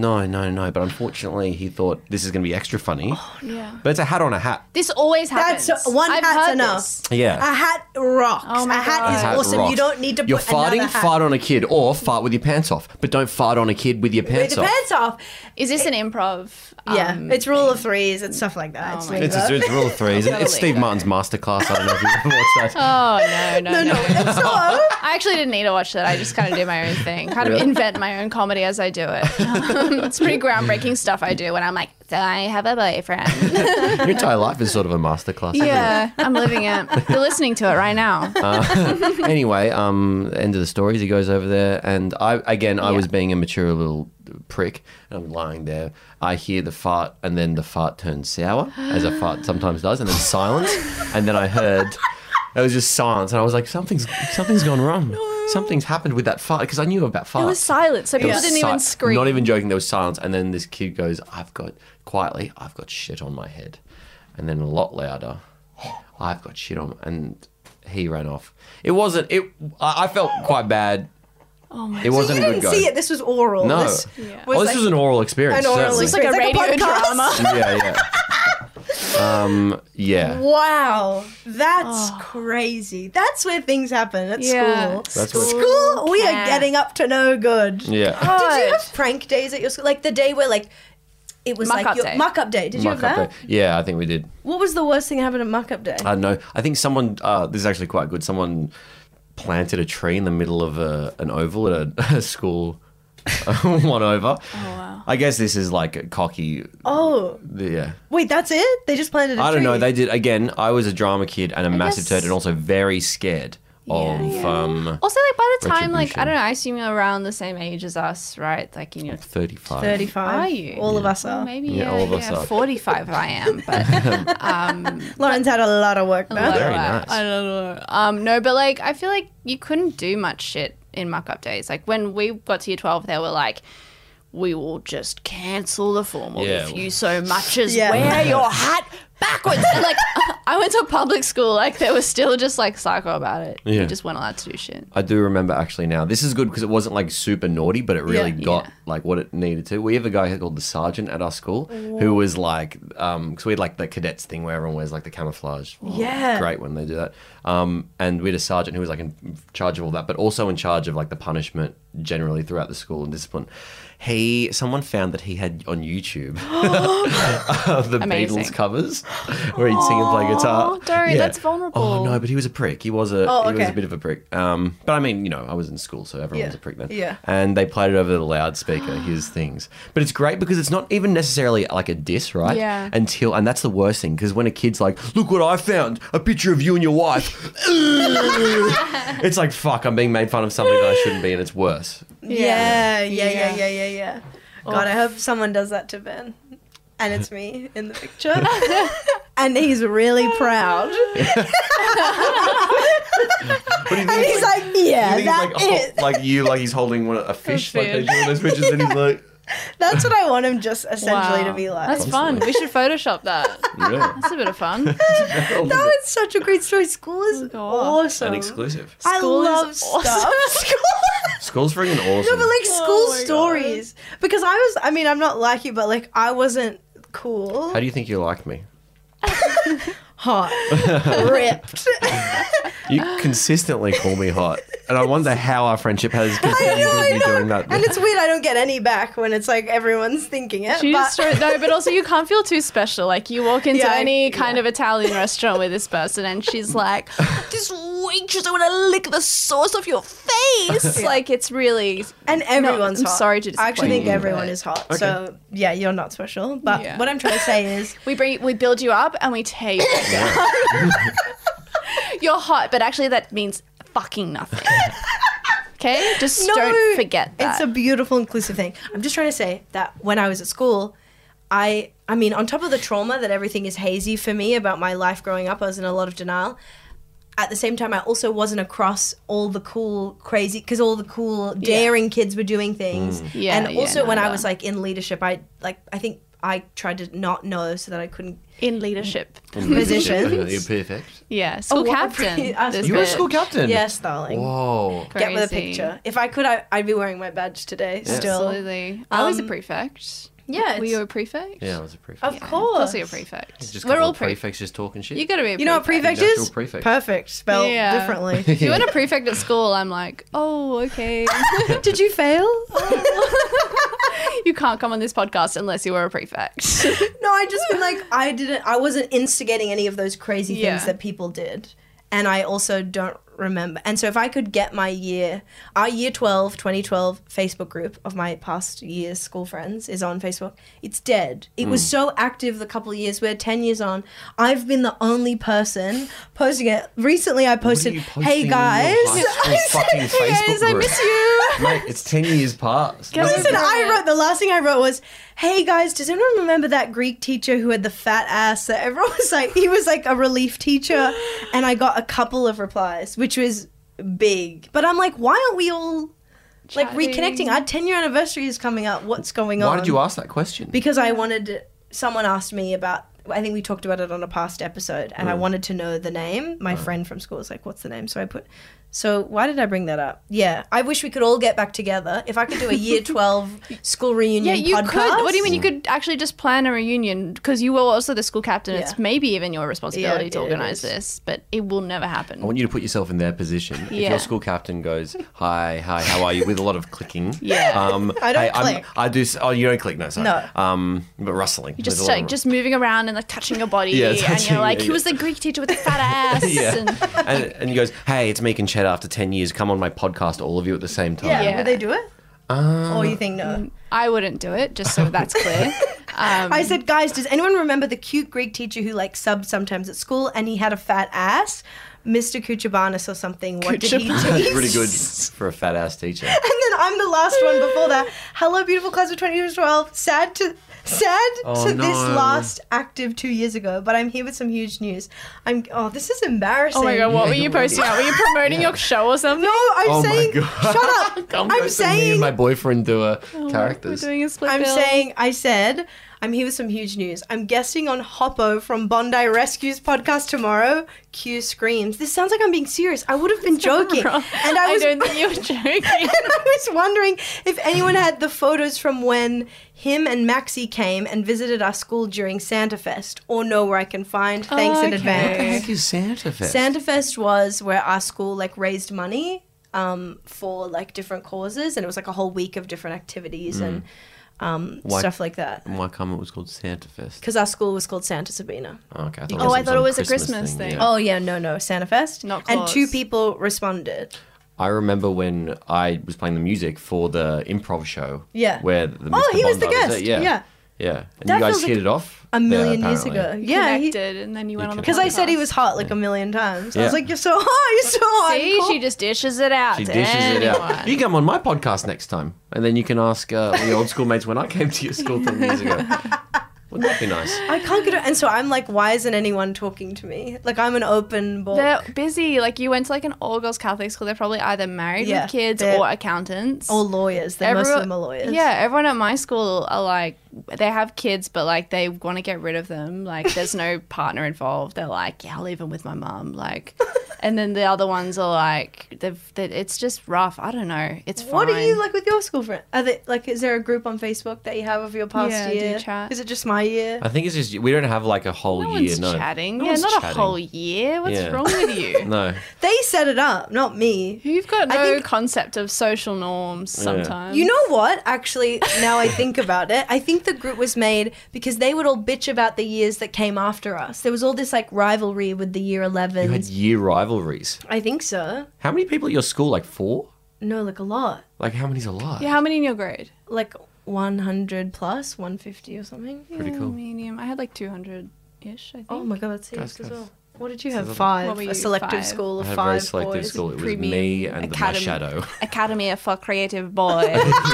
No, no, no, no. But unfortunately, he thought this is going to be extra funny. Oh, yeah. But it's a hat on a hat. This always happens. That's one I've hat's heard enough. this. Yeah. A hat rocks. Oh my a hat God. is A Hat awesome. rocks. You don't need to You're put farting, another hat. fart on a kid, or fart with your pants off. But don't fart on a kid with your With pants the off. pants off. Is this an improv? Yeah, um, it's rule of threes and stuff like that. Oh it's my like It's that. a it's rule three. It's, it's Steve Martin's masterclass. I don't know if you've ever watched that. Oh no, no, no, no, no. So I actually didn't need to watch that. I just kind of do my own thing, kind of Really? invent my own comedy as I do it. it's pretty groundbreaking stuff I do when I'm like, "So I have a boyfriend. Your entire life is sort of a masterclass. isn't it? yeah, I'm living it. You're listening to it right now. Uh, anyway, um, end of the stories. He goes over there, and I again, I Yeah. was being a mature little prick, and I'm lying there. I hear the fart, and then the fart turns sour, as a fart sometimes does, and then silence, and then I heard. It was just silence, and I was like, "Something's something's gone wrong. Something's happened with that fart." Because I knew about farts. It was silent, so people There was didn't even si- scream. Not even joking. There was silence, and then this kid goes, "I've got quietly, I've got shit on my head," and then a lot louder, "I've got shit on," and he ran off. It wasn't. It. I, I felt quite bad. Oh my it wasn't you a good didn't go. see it. This was oral. No. This Yeah. Well, this was an oral experience. an oral certainly. It's like a It's like a radio podcast. drama. yeah, yeah. Um, yeah. Wow, that's crazy. That's where things happen at Oh. Yeah. school. That's what- school, we are Cat. getting up to no good. Yeah. Oh, Did you God. have prank days at your school? Like the day where like it was Muck like up your day. muck up day. Did you have Muck up that? day. Uh, Yeah, I think we did. What was the worst thing that happened at muck up day? I don't know. I think someone. Uh, this is actually quite good. Someone planted a tree in the middle of a, an oval at a, a school. one over. Oh wow. I guess this is like a cocky. oh, Yeah. wait, that's it? They just planted a I don't tree. know. They did again. I was a drama kid and a massive guess- turd, and also very scared of. Um, Also, like by the time, like I Retribution. don't know, I assume you're around the same age as us, right? Like you know, 35. 35. Are you? All of us well, are. maybe Yeah, yeah, all of us yeah, are. 45 I am, but Lauren's had a lot of work I now. don't Very know. nice. I don't know. Um, no, but like I feel like you couldn't do much shit in muck up days. Like when we got to year twelve, they were like, "We will just cancel the formal Yeah. if you so much as Yeah. wear your hat backwards." and like I went to public school, like they were still just like psycho about it. Yeah. You just weren't allowed to do shit. I do remember actually now. This is good because it wasn't like super naughty, but it really Yeah. got Yeah. like what it needed to. We have a guy called the sergeant at our school who was like, because we had like the cadets thing where everyone wears like the camouflage. Oh, Yeah. great when they do that. Um, and we had a sergeant who was like in charge of all that, but also in charge of like the punishment generally throughout the school and discipline. He, someone found that he had on YouTube the Amazing. Beatles covers where he'd sing and play guitar. Oh, don't. That's vulnerable. Oh no, but he was a prick. He was a Oh, he was okay. a bit of a prick. Um, but I mean, you know, I was in school, so everyone was Yeah. a prick then. Yeah. And they played it over the loudspeaker, his things. But it's great because it's not even necessarily like a diss, right? Yeah. Until and that's the worst thing because when a kid's like, "Look what I found! A picture of you and your wife," it's like, "Fuck! I'm being made fun of something that I shouldn't be," and it's worse. Yeah, yeah, yeah, yeah, Yeah. Oh. yeah, yeah. God, I hope someone does that to Ben. And it's me in the picture. and he's really proud. What do you And think? he's like, yeah, you that think he's like, is. hol- like you, like he's holding one, a fish, like they fish. do all those pictures, and he's like, That's what I want him just essentially Wow. to be like. That's fun. We should Photoshop that. yeah. That's a bit of fun. that was such a great story. School is God. awesome. an exclusive. I School is love awesome. stuff. School. School's freaking awesome. No, but like school Oh my God. stories. Because I was, I mean, I'm not like you, but like I wasn't cool, How do you think you like me? hot, ripped. You consistently call me hot, and I wonder how our friendship has I continued know, with I you doing know. that. And it's weird. I don't get any back when it's like everyone's thinking it. She but just wrote, no, but also you can't feel too special. Like you walk into Yeah, I- any kind of Italian restaurant with this person, and she's like, "This waitress, I want to lick the sauce off your face." Like it's really and everyone's I'm hot. sorry to I actually disappoint think you, everyone but- is hot. So yeah, you're not special. But Yeah. what I'm trying to say is, we bring we build you up and we tear you down. You're hot, but actually that means fucking nothing. Okay, just No, don't forget that. It's a beautiful, inclusive thing. I'm just trying to say that when I was at school, I I mean, on top of the trauma that everything is hazy for me about my life growing up, I was in a lot of denial. At the same time, I also wasn't across all the cool, crazy, because all the cool, daring kids were doing things. Yeah, and yeah, also when I neither. was like in leadership, I like I think I tried to not know so that I couldn't. in leadership. Positions. You're perfect. Yeah, school what a pretty- captain. I was- this You were a bit. school captain. Yes, darling. Whoa. uh, Get with a Crazy. picture. If I could, I, I'd be wearing my badge today. Still, Absolutely. I was a Um, prefect. yeah, Were it's- you a prefect? Yeah, I was a prefect. of Yeah, course. Of course you're a prefect. Just a We're couple all of prefects. prefects just talking shit. You gotta be a You know what prefect. prefect is? Industrial prefect. Perfect, spelled Yeah. differently. If you weren't a prefect at school, I'm like, oh, okay. Did you fail? Oh. you can't come on this podcast unless you were a prefect. No, I just been like I didn't. I wasn't instigating any of those crazy things Yeah. that people did, and I also don't remember. And so, if I could get my year, our year 12, 2012 Facebook group of my past year's school friends is on Facebook. It's dead. It was so active the couple of years. We're ten years on. I've been the only person posting it. Recently, I posted, "Hey guys." fucking guys, I miss you. Mate, it's 10 years past. Guys, Listen, I Brilliant. wrote the last thing I wrote was, "Hey guys, does anyone remember that Greek teacher who had the fat ass that everyone was like? He was like a relief teacher." And I got a couple of replies, which was big. But I'm like, why aren't we all like Chatting. reconnecting? Our 10 year anniversary is coming up. What's going on? Why did you ask that question? Because I wanted. Someone asked me about. I think we talked about it on a past episode, Mm. and I wanted to know the name. Oh. My friend from school was like, "What's the name?" So I put. So why did I bring that up? Yeah, I wish we could all get back together. If I could do a year twelve school reunion, Yeah, you podcast, could. What do you mean? You could actually just plan a reunion because you were also the school captain. Yeah. It's maybe even your responsibility to it organize is. this, but it will never happen. I want you to put yourself in their position. If Yeah. your school captain goes, "Hi, hi, how are you?" with a lot of clicking. Yeah. Um, I don't hey, I'm- click. I do. s- Oh, you don't click. No, sorry. No. Um, but rustling. You just like just moving around and like touching your body, Yeah, and touching- you're like, yeah, "He was the Greek teacher with the fat ass." Yeah. and, and, and he goes, "Hey, it's Meek and Chet. After ten years, come on my podcast, all of you at the same time." Yeah, Yeah. um, would they do it? Um, or you think no? I wouldn't do it, just so that's clear. Um, I said, guys, does anyone remember the cute Greek teacher who like subbed sometimes at school and he had a fat ass, Mr. Kuchabanis or something? What did he teach? That's pretty good for a fat ass teacher. And then I'm the last one before that. Hello, beautiful class of 2012. Sad to sad Oh, to this no. last active two years ago, but I'm here with some huge news. I'm oh, this is embarrassing. oh my god, what were Yeah, you you were. posting out? Were you promoting your show or something? No, I'm Oh my saying God. shut up. I'm Come go to me and saying Oh, my boyfriend do a We're characters. doing a split I'm bill. saying I said I'm here with some huge news. I'm guesting on Hoppo from Bondi Rescues podcast tomorrow. Q screams. This sounds like I'm being serious. I would have been joking. Wrong. And I was I don't think you were joking. and I was wondering if anyone had the photos from when him and Maxi came and visited our school during Santa Fest or know where I can find. Thanks in okay. advance. Heck is Santa Fest. Santa Fest was where our school like raised money um, for like different causes and it was like a whole week of different activities and um, Why- stuff like that. My comment was called Santa Fest. Because our school was called Santa Sabina. Oh, okay. I thought, Oh, I some thought it was a Christmas thing. yeah. Oh yeah, no, no, Santa Fest. Not and close. two people responded. I remember when I was playing the music for the improv show. Yeah. Where the Oh, Mr. he was the Bond guy guest. Yeah. Yeah. Yeah. And That you guys feels like hit it off A there, million years apparently. ago. You Yeah, he- connected, and then you went on the Because I said he was podcast. hot like a million times. I was Yeah. like, you're so hot, you're so hot. See, Cool. she just dishes it out. She to dishes it out. anyone. You can come on my podcast next time, and then you can ask uh, all your old school mates when I came to your school ten years ago. Wouldn't that be nice? I can't get it. And so I'm like, why isn't anyone talking to me? Like, I'm an open book. They're busy. Like you went to like an all girls Catholic school. They're probably either married Yeah, with kids they're- or accountants. or lawyers. They most of them are lawyers. Yeah, everyone at my school are like they have kids, but like they want to get rid of them. Like there's no partner involved. They're like, yeah, I'll leave them with my mum. Like, and then the other ones are like, they've, they, it's just rough. I don't know. It's fine. What are you like with your school friend? Are they like? Is there a group on Facebook that you have of your past Yeah, do year? chat. Is it just my year? I think it's just we don't have like a whole No year. one's No. chatting. No yeah, one's not a chatting. whole year. What's Yeah. wrong with you? No. They set it up, not me. You've got I no think- concept of social norms. Sometimes You know what? Actually, now I think about it, I think the group was made because they would all bitch about the years that came after us. There was all this like rivalry with the year You had 11s. year rivalries. I think so. How many people at your school? Like four? No, like a lot. Like how many's a lot? Yeah, how many in your grade? Like 100 plus, 150 or something. Pretty Yeah, cool. Medium. I had like two hundred ish. I think. Oh my god, that's heaps Guys, as guys. well. What did you have? Five. What were you, a selective five? school I of had a five very selective boys. school. It was Premium me and the, my academy. shadow. Academy for Creative Boys.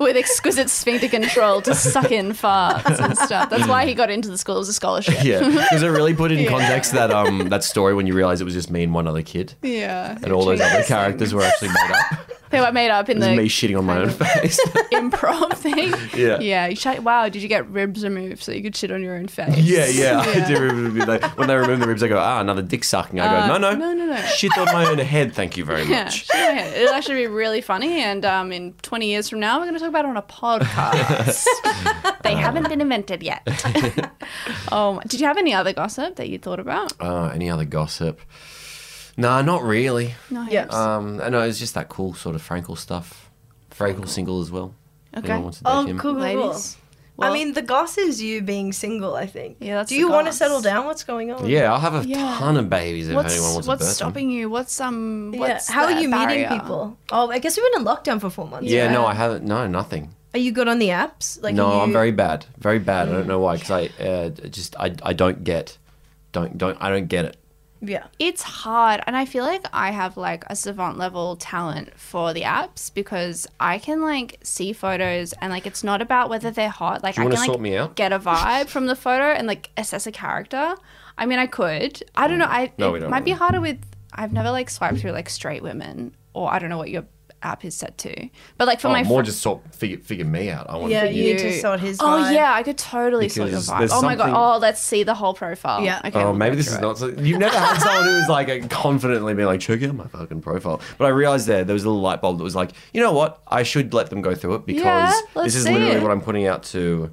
with exquisite sphincter control to suck in farts and stuff. That's why he got into the school as a scholarship. yeah, because it really put in context that um that story when you realize it was just me and one other kid, Yeah. and all those other characters were actually made up. They were made up in It was the me shitting on my own face. improv thing. Yeah. Yeah. You sh- wow, did you get ribs removed so you could shit on your own face? yeah, yeah, I do remember being like, when they remove the ribs, I go ah another dick sucking. I Uh, go no, no, no, no, no. shit on my own head. Thank you very Yeah, much. sure, yeah. it'll actually be really funny, and um, in 20 years from now, we're going to talk about it on a podcast. they haven't been invented yet. oh, did you have any other gossip that you thought about? Uh, any other gossip? Nah, not really. No. Yeah. Um, I know it's just that cool sort of Frankel stuff. Frankel single as well. Okay. Anyone wants to date Oh, him? cool, cool, cool. Ladies. I mean, the goss is you being single. I think. Yeah, that's Do the you want to goss. settle down? What's going on? Yeah, I'll have a Yeah. ton of babies if anyone what's wants a what's birth stopping you? What's um? Yeah. What's How are that you barrier? meeting people? Oh, I guess we've been in lockdown for four months. Yeah, Yeah. no, I haven't. No, nothing. Are you good on the apps? Like, no, are you... I'm very bad, very bad. I don't know Mm. why, because I uh, just I, I don't get, don't don't I don't get it. Yeah. It's hard, and I feel like I have like a savant level talent for the apps because I can like see photos and like it's not about whether they're hot. Like you I wanna can like sort me out? get a vibe from the photo and like assess a character. I mean, I could. I don't know. I Mm. No, we it don't might be really. harder with. I've never like swiped through like straight women, or I don't know what your app is set to. But like for Oh, my more fr- just sort figure figure me out. I want Yeah, to figure you- need to sort his Oh vibe. yeah, I could totally sort your Because vibe. there's Oh my god. something- Oh, let's see the whole profile. Yeah. Okay, Oh, we'll maybe go this through is it. not. So, you've never had someone who was like confidently being like, check out my fucking profile. But I realized there there was a little light bulb that was like, you know what? I should let them go through it because Yeah, let's this is see literally it. what I'm putting out to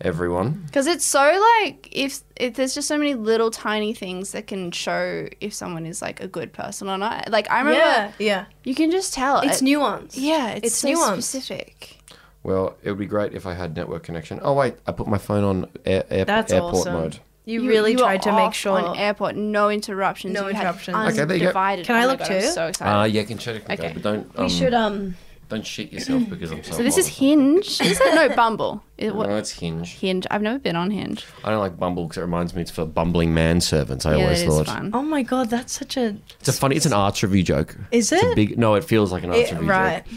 everyone. Because it's so like if, if there's just so many little tiny things that can show if someone is like a good person or not. Like I remember Yeah. Yeah. you can just tell It's It- nuance. Yeah, it's, so nuanced. specific. Well, it would be great if I had network connection. Oh wait, I put my phone on air, air, That's airport awesome. mode. You, really you were tried to make off sure. on airport, no interruptions. No you had interruptions. Okay, there you go. undivided- Can I oh my look God, I'm too? so Uh, excited. yeah, I can chat if you Okay. uh, okay. but don't we um, should um. don't shit yourself because I'm so. so this is Hinge. is it? No, Bumble. It, what, No, it's Hinge. Hinge. I've never been on Hinge. I don't like Bumble because it reminds me it's for bumbling manservants. I yeah, always that is thought fun. Oh my god, that's such a. it's a funny. It's an arts review joke. Is It's a it? big. No, it feels like an arts It- review right. joke.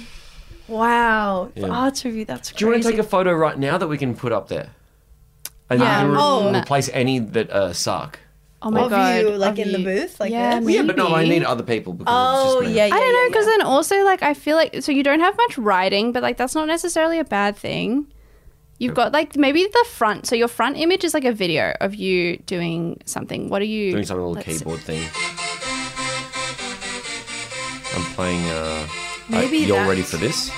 Wow. Yeah. The arts review. That's Do you want to crazy. take a photo right now that we can put up there? And Yeah. you can re- Oh. replace any that uh, suck. Oh my Of god! you, like, of in the booth, like yeah, this? maybe. Yeah, but no, I need other people because it's Oh just me. yeah, yeah. I don't know, yeah, because yeah. then also like I feel like so you don't have much writing, but like that's not necessarily a bad thing. You've got like maybe the front, so your front image is like a video of you doing something. What are you doing some little let's- keyboard thing. I'm playing. Uh, Maybe I, you're that- ready for this.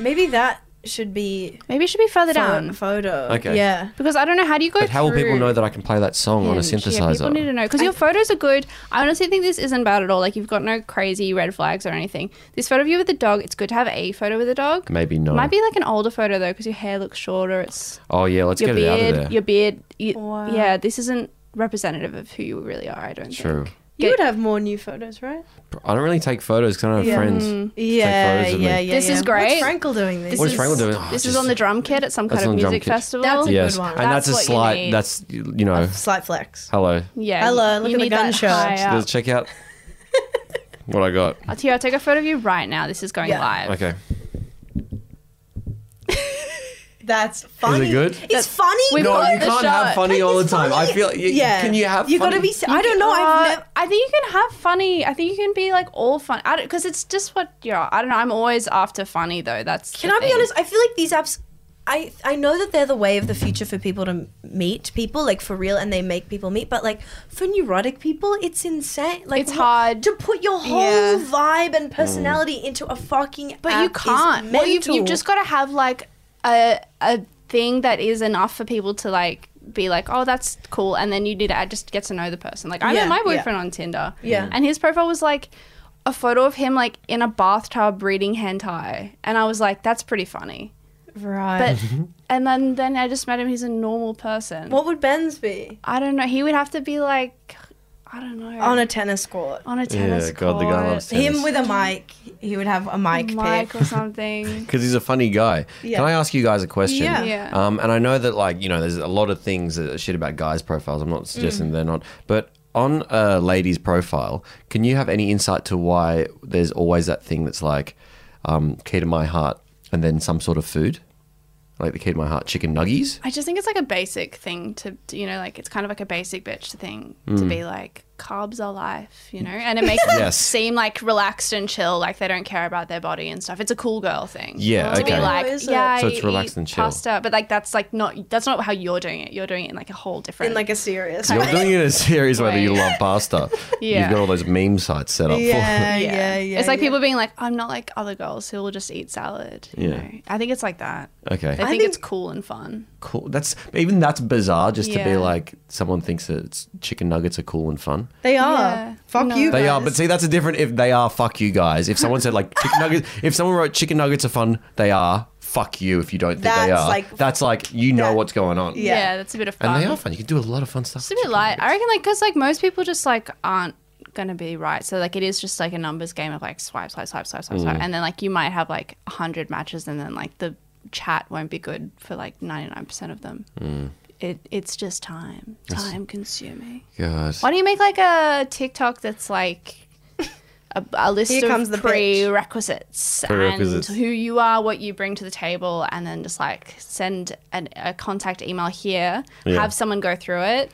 maybe that should be Maybe it should be further pho- down photo. Okay. Yeah. because I don't know how do you go. But how will people through know that I can play that song on a Hinge? Yeah, people synthesizer? need to know because your photos are good. I honestly think this isn't bad at all. Like you've got no crazy red flags or anything. This photo of you with the dog, it's good to have a photo with the dog. Maybe no. Might be like an older photo though, because your hair looks shorter. It's Oh yeah, let's your get it out of beard, there. your beard. You, Wow. Yeah, this isn't representative of who you really are. I don't True. think. You Get- would have more new photos, right? I don't really take photos because I don't have Yeah. friends. Yeah, photos of yeah, me. yeah. This yeah. is great. What's Frankel doing this? Mm. This What is is, Frankel doing? Oh, This is just- on the drum kit at some kind That's of on Drum music Kit. festival. That's a Yes, good one. and that's, That's a what you slight. need. That's you know. Slight flex. Hello. yeah. Hello, you look at the need gun that show. high So up. Let's check out what I got. Uh, Tia, I'll take a photo of you right now. This is going Yeah. live. Okay. That's funny. good? It's funny. We've No, got you the can't have shot. funny Like, all the it's time. I funny. feel. You, yeah. Can you have? You gotta funny? be. s- I don't know. I've Uh, never. I think you can have funny. I think you can be like all fun. I because it's just what you know. I don't know. I'm always after funny though. That's Can the I be thing. honest? I feel like these apps. I I know that they're the way of the future for people to m- meet people, like for real, and they make people meet. But like for neurotic people, it's insane. Like It's wha- hard. to put your whole Yeah. vibe Mm. and personality into a fucking. But app you is can't. Well, you've, mental. you've just got to have like a a thing that is enough for people to like be like, oh, that's cool, and then you need to add- just get to know the person. Like I met Yeah, my yeah. boyfriend on Tinder, Yeah. and his profile was like a photo of him like in a bathtub reading hentai, and I was like, that's pretty funny. right. But and then then I just met him. He's a normal person. what would Ben's be I don't know. He would have to be like, I don't know, on a tennis court? on a tennis Yeah. God, the guy court, loves Him with a mic. He would have a mic. mic pick. or something. because he's a funny guy. Yeah. Can I ask you guys a question? Yeah. Yeah. Um, and I know that like you know, there's a lot of things that are shit about guys' profiles. I'm not Mm. suggesting they're not, but on a lady's profile, can you have any insight to why there's always that thing that's like um, key to my heart, and then some sort of food, like the key to my heart, chicken nuggies. I just think it's like a basic thing to, you know, like it's kind of like a basic bitch thing to be like, carbs are life, you know? And it makes them Mm. Yes. seem like relaxed and chill, like they don't care about their body and stuff. It's a cool girl thing. Yeah, To okay. be like, Oh, is it? yeah, So I it's relaxed eat and chill. Pasta, but like that's like not, that's not how you're doing it. You're doing it in like a whole different. in like a serious. You're doing it in a series where you Wait. love pasta. Yeah. You've got all those meme sites set up yeah. yeah, yeah, yeah. It's like yeah. people being like, I'm not like other girls who will just eat salad. You Yeah. Know? I think it's like that. for. Okay. They think, think- it's cool and fun. cool. That's even that's bizarre just to be Yeah. like someone thinks that it's, chicken nuggets are cool and fun. They are. Yeah. Fuck No. you. They are, guys. but see, that's a different. If they are, fuck you guys. If someone said like chicken nuggets, if someone wrote chicken nuggets are fun, they are. Fuck you if you don't think they That's are. like- that's like you know that- what's going on. Yeah. Yeah. that's a bit of fun. and they are fun. You can do a lot of fun stuff. It's a bit light. I reckon, like, because like most people just like aren't gonna be right. So like it is just like a numbers game of like swipe, swipe, swipe, swipe, swipe, swipe, and then like you might have like hundred matches, and then like the chat won't be good for like ninety nine percent of them. It it's just time, time consuming. God. Why don't you make like a TikTok that's like a, a list Here of comes the bitch. prerequisites, Prerequisites. and who you are, what you bring to the table, and then just like send an, a contact email here, Yeah. have someone go through it,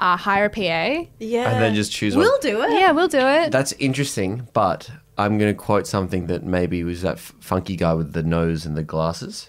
uh, hire a PA. yeah. And then just choose We'll one. do it. Yeah, we'll do it. That's interesting, but I'm going to quote something that maybe was that f- funky guy with the nose and the glasses,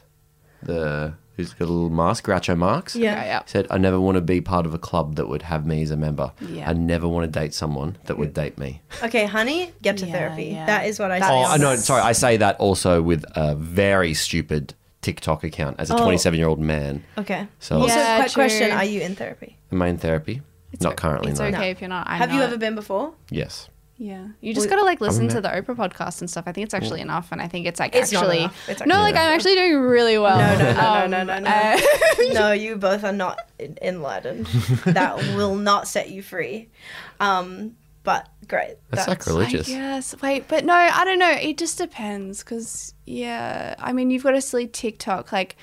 the who's got a little mask, Groucho Marx. Yeah. yeah, yeah. Said, I never want to be part of a club that would have me as a member. Yeah. I never want to date someone that would date me. Okay, honey, get to Yeah, therapy. yeah. That is what I That say. is- all Oh, I the know. time. Sorry, I say that also with a very stupid TikTok account as a Oh. 27 year old man. Okay. So- also, Yeah, quick true. question: Are you in therapy? Am I in therapy? not currently, It's no. okay if you're not. I'm Have you not. ever been before? Yes. Yeah, you just gotta like listen to the Oprah podcast and stuff. I think it's actually enough, and I think it's like It's not actually enough. It's no, actually like I'm actually doing really well. No, no, no, Um, no, no, no, uh, no. no, you both are not en- enlightened. that will not set you free. Um, but great. That's sacrilegious. Yes. Wait, but no, I don't know. It just depends because yeah, I mean, you've got a silly TikTok. Like,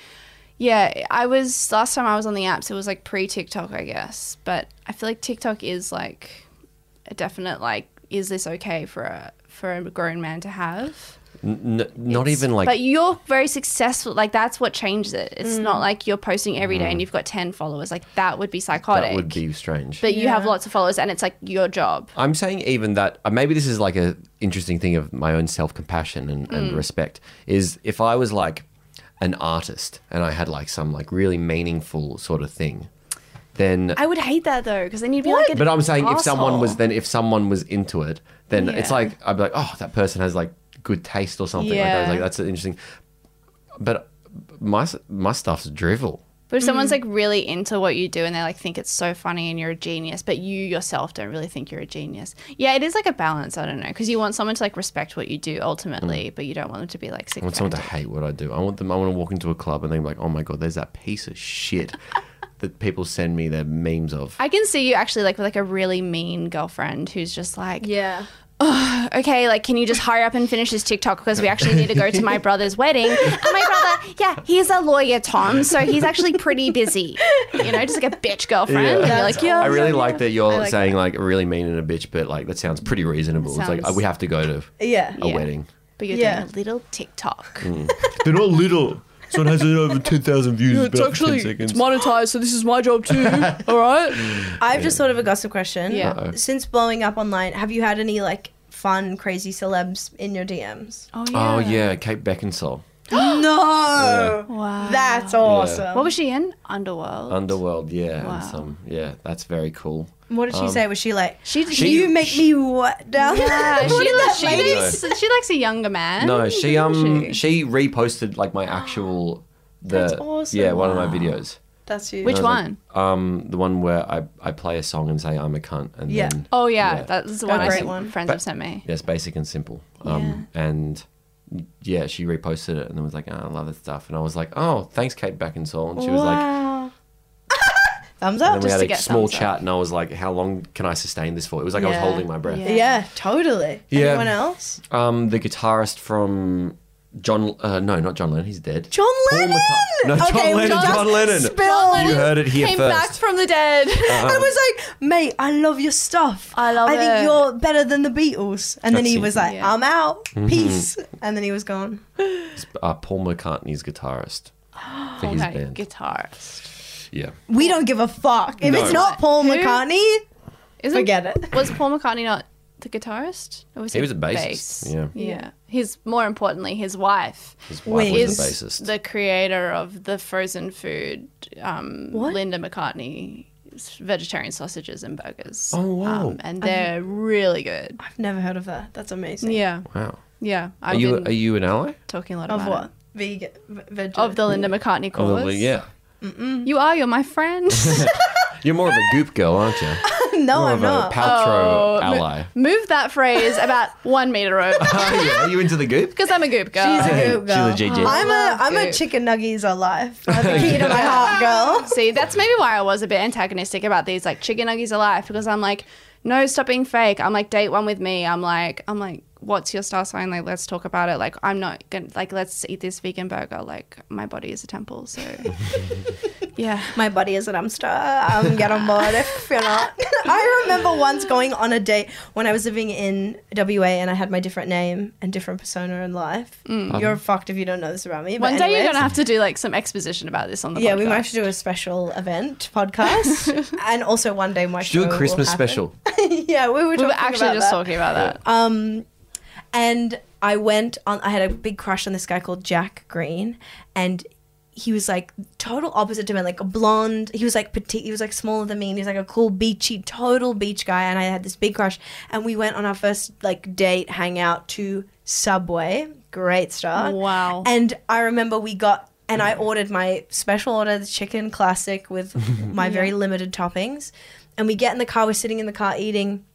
yeah, I was last time I was on the apps. It was like pre TikTok, I guess. But I feel like TikTok is like a definite like, is this okay for a for a grown man to have? N- n- not even like. But you're very successful. Like that's what changes it. It's not like you're posting every day and you've got ten followers. Like that would be psychotic. Mm. that would be strange. But you have Yeah. lots of followers and it's like your job. I'm saying even that uh, maybe this is like a interesting thing of my own self compassion and, Mm. and respect is if I was like an artist and I had like some like really meaningful sort of thing, then. I would hate that though, because then you'd be like, an but I'm saying if someone was asshole. then if someone was into it, then it's Yeah. like I'd be like, oh, that person has like good taste or something. Like, Yeah. that. like that's an interesting. But my s- my stuff's drivel. But if someone's like really into what you do and they like think it's so funny and you're a genius, but you yourself don't really think you're a genius. Yeah, it is like a balance. I don't know because you want someone to like respect what you do ultimately, but you don't want them to be like sick. Mm. I want someone to factor. hate what I do. I want them. I want to walk into a club and they're like, "Oh my god, there's that piece of shit that people send me their memes of." I can see you actually like with like a really mean girlfriend who's just like, Yeah. okay, like, can you just hurry up and finish this TikTok because we actually need to go to my brother's wedding. And my brother, yeah, he's a lawyer, Tom, so he's actually pretty busy. You know, just like a bitch girlfriend. And you're like, yeah, I really yeah, like that you're like saying like really mean and a bitch, but like that sounds pretty reasonable. It's like Sounds- we have to go to Yeah. a Yeah. wedding. But you're Yeah. doing a little TikTok. Mm. They're not little. So it has over ten thousand views. it's actually it's monetized, so this is my job too. All right. I've just thought of a gossip question. Yeah. Uh-oh. Since blowing up online, have you had any like fun, crazy celebs in your DMs? Oh, oh yeah, Kate Beckinsell, no. Wow. That's awesome. What was she in? Underworld. Underworld. Yeah, Wow. and some. Yeah, that's very cool. What did she Um, say? Was she like, She, She- "You make me what down?" yeah, she, what did that she, lady likes, she likes a younger man. No, she um doesn't she? she reposted like my actual the That's awesome. yeah one of my videos. That's you. Which I was one? like, um, the one where I, I play a song and say I'm a cunt, and Yeah. then oh yeah, Yeah. that's the one. I great sent- one. Friends But- have sent me. yeah, it's basic and simple. Um, and yeah, she reposted it and then was like, oh, I love this stuff, and I was like, oh, thanks, Kate Beckinsale, and she was like, wow. thumbs and up. then Just we to had a get small thumbs up. chat, and I was like, how long can I sustain this for? It was like I was Yeah. holding my breath. Yeah. yeah. totally. Yeah. Anyone else? Um, the guitarist from John, uh, no, not John Lennon, he's dead. John Paul Lennon. McCart- Oh No, John okay, we Lennon, just John Lennon. Spilled. You heard it here Came first. back from the dead. I was like, mate, I love your stuff. I love I it." think you're better than the Beatles. And then That's Mm-hmm. he it. was like, Yeah. I'm out. Peace. And then he was gone. uh, Paul McCartney's guitarist for his okay, band. Oh, guitarist. yeah. We don't give a fuck. If No. it's not Paul Who? McCartney, Isn't, forget it. Was Paul McCartney not the guitarist? Or He was a bassist, yeah. Yeah. His more importantly, his wife His wife was Wings. the bassist. the creator of the frozen food, um, What? Linda McCartney vegetarian sausages and burgers. Oh, wow. Um, and they're really good. I've never heard of that. That's amazing. Yeah. wow. Yeah. Are I've you been are you an ally? talking a lot Of about what? it. Vegan. v- Vegan. Of the Linda McCartney cause. Probably, yeah. Mm. You are. You're my friend. You're more of a goop girl, aren't you? Oh, no, More I'm of a not. Paltrow ally. Move that phrase about one meter over Oh, yeah. Are you into the goop? because I'm a goop girl. She's a Hey, goop girl. She's a GG. I'm a Love I'm a goop. chicken nuggies alive. I'm the key to my heart, girl. See, that's maybe why I was a bit antagonistic about these like chicken nuggies alive because I'm like, no, stop being fake. I'm like, date one with me. I'm like, I'm like, what's your star sign? Like, let's talk about it. Like, I'm not gonna like, let's eat this vegan burger. Like, my body is a temple. So, yeah. my body is an hamster. Um, get on board if you're not. I remember once going on a date when I was living in WA and I had my different name and different persona in life. You're fucked if you don't know this about me. but Mm. One day you're anyways. gonna have to do like some exposition about this on the Yeah, we podcast. might have to do a special event podcast, and also one day my show Do a will Christmas happen. special. yeah, we were, We were talking actually about just that. talking about that. Um, and I went on. I had a big crush on this guy called Jack Green, and he was like total opposite to me, like a blonde. He was like petite. He was like smaller than me, and he was like a cool beachy, total beach guy. And I had this big crush. And we went on our first like date hangout to Subway. Great start. Wow. And I remember we got. And I ordered my special order, the chicken classic with my very limited toppings. And we get in the car, we're sitting in the car eating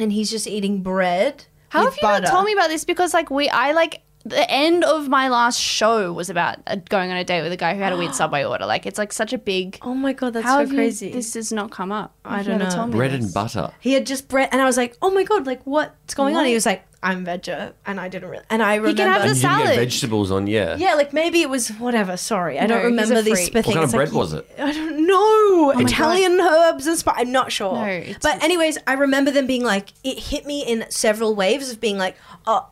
and he's just eating bread. How with have you not butter. told me about this? Because like we, I like the end of my last show was about uh, going on a date with a guy who had a weird subway order. Like it's like such a big. Oh my god, that's How so have you- crazy. this does not come up. I You've don't never know. told me Bread this. and butter. He had just bread, and I was like, "Oh my god, like what's going on?" What? He was like, "I'm veggie," and I didn't really. And I remember. can have And the you didn't get salad. vegetables on, yeah. yeah, like maybe it was whatever. Sorry, I No, don't he's a remember these freak. specific What things. kind of bread Like, was it? I don't know. Oh my Italian herbs and spice. I'm not sure. No, it's- but anyways, I remember them being like, it hit me in several waves of being like, oh,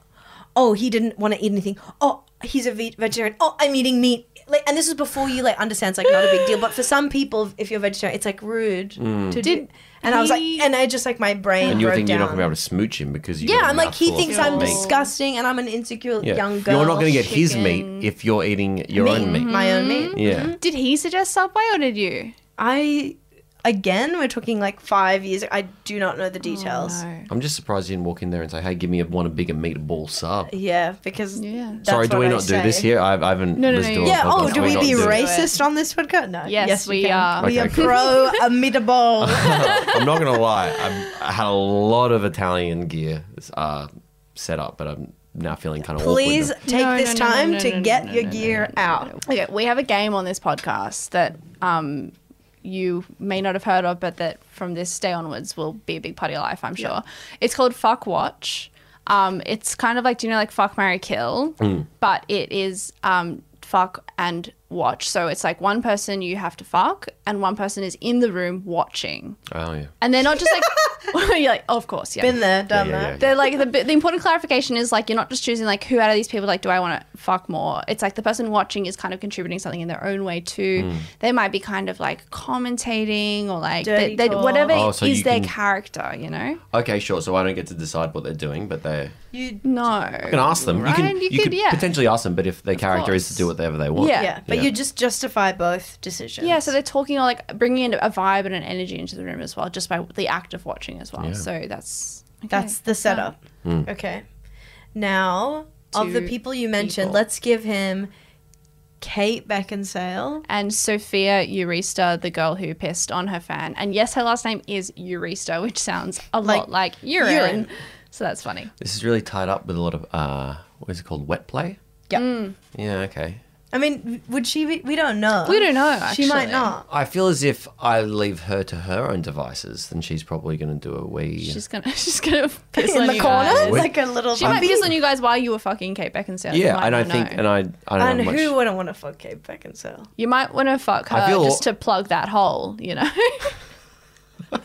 oh, he didn't want to eat anything. Oh, he's a ve- vegetarian. Oh, I'm eating meat. Like, and this is before you like understand it's like not a big deal, but for some people, if you're vegetarian, it's like rude to do. Did And I was like, he- and I just like my brain Mm. And you were broke thinking down. you're not going to be able to smooch him because you yeah, got a I'm like he mouthful of thinks Oh. I'm meat. disgusting and I'm an insecure Yeah. young girl. You're not going to get his chicken. meat if you're eating your own meat. my Mm-hmm. own meat. Mm-hmm. Yeah. Hmm? Did he suggest Subway or did you? I again, we're talking like five years. I do not know the Oh, details. I'm just surprised you didn't walk in there and say, hey, give me a, one a bigger meatball sub. Yeah, because Yeah. that's Sorry, do what we I not say. do this here? I, I haven't no, listened no, to yeah. Yeah. our Oh, podcast. do We're we not be doing it. racist on this podcast? No. Yes, we can. are. We Okay, are cool. pro amenable. I'm not going to lie. I'm, I had a lot of Italian gear uh, set up, but I'm now feeling kind of Please awkward. take No, this no, no, time no, to no, no, get no, your no, no, gear out. Okay, we have a game on this podcast that um, you may not have heard of, but that from this day onwards will be a big part of your life, I'm sure. It's called Fuck Watch. Um, it's kind of like, do you know, like Fuck, Marry, Kill, Mm. but it is um, fuck and watch. So it's like one person you have to fuck, and one person is in the room watching. Oh, yeah. And they're not just like, you're like, oh, of course, yeah. Been there, done Yeah, yeah, that. yeah, They're like the, the important clarification is like you're not just choosing like who out of these people like do I want to fuck more. It's like the person watching is kind of contributing something in their own way too. Hmm. They might be kind of like commentating or like they, Dirty they, talk. whatever Oh, so is you their can- character, you know? Okay, sure. So I don't get to decide what they're doing, but they You, No. can ask them. You Right? can, You you could, could yeah. potentially ask them, but if their character is to do whatever they want. Yeah. yeah. but Yeah. you just justify both decisions. Yeah, so they're talking or like bringing in a vibe and an energy into the room as well, just by the act of watching as well. So that's okay. That's the setup. Hmm. Okay. Now, of the Two people you mentioned, people. let's give him Kate Beckinsale. and Sophia Eurista, the girl who pissed on her fan. And yes, her last name is Eurista, which sounds a lot like urine. urine. So that's funny. This is really tied up with a lot of, uh, what is it called? Wet play? Yeah. Yeah, okay. I mean, would she be? We don't know. We don't know. She might actually. not. I feel as if I leave her to her own devices, then she's probably going to do a wee. She's gonna she's gonna piss In on the you corner, guys. like a little. She might puppy. piss on you guys while you were fucking Kate Beckinsale. You yeah, might I don't not think, know. and I, I don't And know much. who wouldn't want to fuck Kate Beckinsale? you might want to fuck her I feel- just to plug that hole, you know.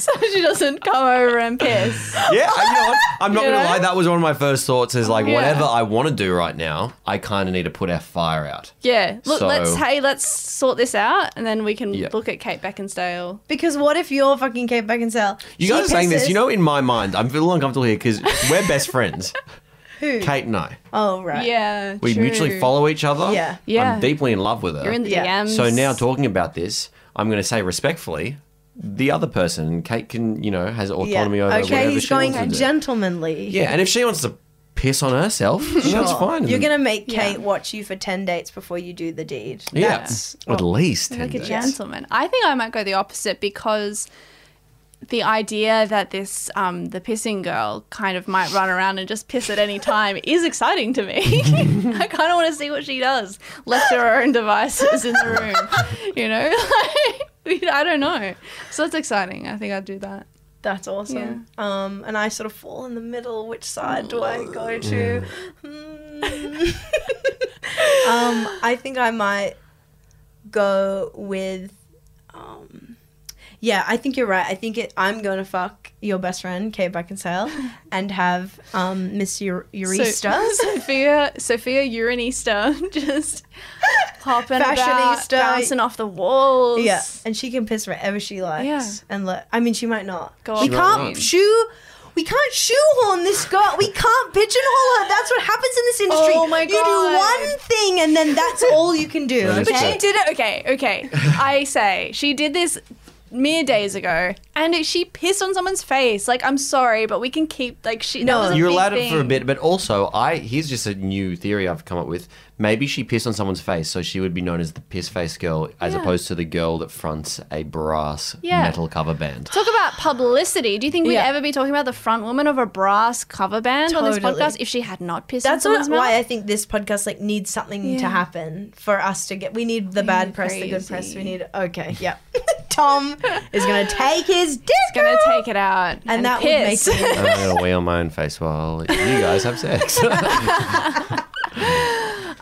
so she doesn't come over and piss. yeah, I- you know what? I'm not You going know? to lie. That was one of my first thoughts. Is like Yeah. whatever I want to do right now, I kind of need to put our fire out. Yeah. Look, So- let's hey, let's sort this out, and then we can Yeah. look at Kate Beckinsale. Because what if you're fucking Kate Beckinsale? You She guys are saying this. pisses- You know, in my mind, I'm feeling uncomfortable here because we're best friends. Who? Kate and I, Oh right. Yeah. we true. mutually follow each other. Yeah. Yeah. I'm deeply in love with her. You're in the Yeah. DMs. so now talking about this, I'm going to say respectfully, the other person, Kate can, you know, has Yeah. autonomy over okay, whatever he's she going wants to do. gentlemanly. Yeah, and if she wants to piss on herself, that's Sure. fine. You're gonna make Kate watch you for ten dates before you do the deed. yeah, That's- Oh. at least 10 like a days. gentleman. I think I might go the opposite because the idea that this um, the pissing girl kind of might run around and just piss at any time is exciting to me. I kind of want to see what she does, left to her own devices in the room. You know, like, I don't know. So it's exciting. I think I'd do that. That's awesome. Um, and I sort of fall in the middle. Which side do I go to? Hmm. um, I think I might go with. Um, yeah, I think you're right. I think it, I'm going to fuck your best friend, Kate Beckinsale, and have um, Miss Eur- Eurista. So, Sophia, Sophia Uranista, just hopping about, Fashionista. bouncing off the walls. yeah, and she can piss wherever she likes. Yeah. And look, I mean, she might not. Go we on. She might can't not. shoe. We can't shoehorn this girl. We can't pigeonhole her. That's what happens in this industry. Oh my You God. do one thing and then that's all you can do. But okay? she did it. Okay, okay. I say she did this mere days ago, and it- she pissed on someone's face. Like, I'm sorry, but we can keep like she. that No. was a You're big allowed thing. it for a bit, but also I here's just a new theory I've come up with. Maybe she pissed on someone's face, so she would be known as the piss face girl, as Yeah. opposed to the girl that fronts a brass Yeah. metal cover band. Talk about publicity. Do you think we'd Yeah. ever be talking about the front woman of a brass cover band on Totally. this podcast if she had not pissed That's on what, someone's mouth? why I think this podcast like needs something to Yeah. happen for us to get. We need the bad press, the good press. We crazy. need okay, yeah. Tom is gonna take his dick. It's gonna take it out, and, and that piss. would make me. I'm gonna wee on my own face while you guys have sex.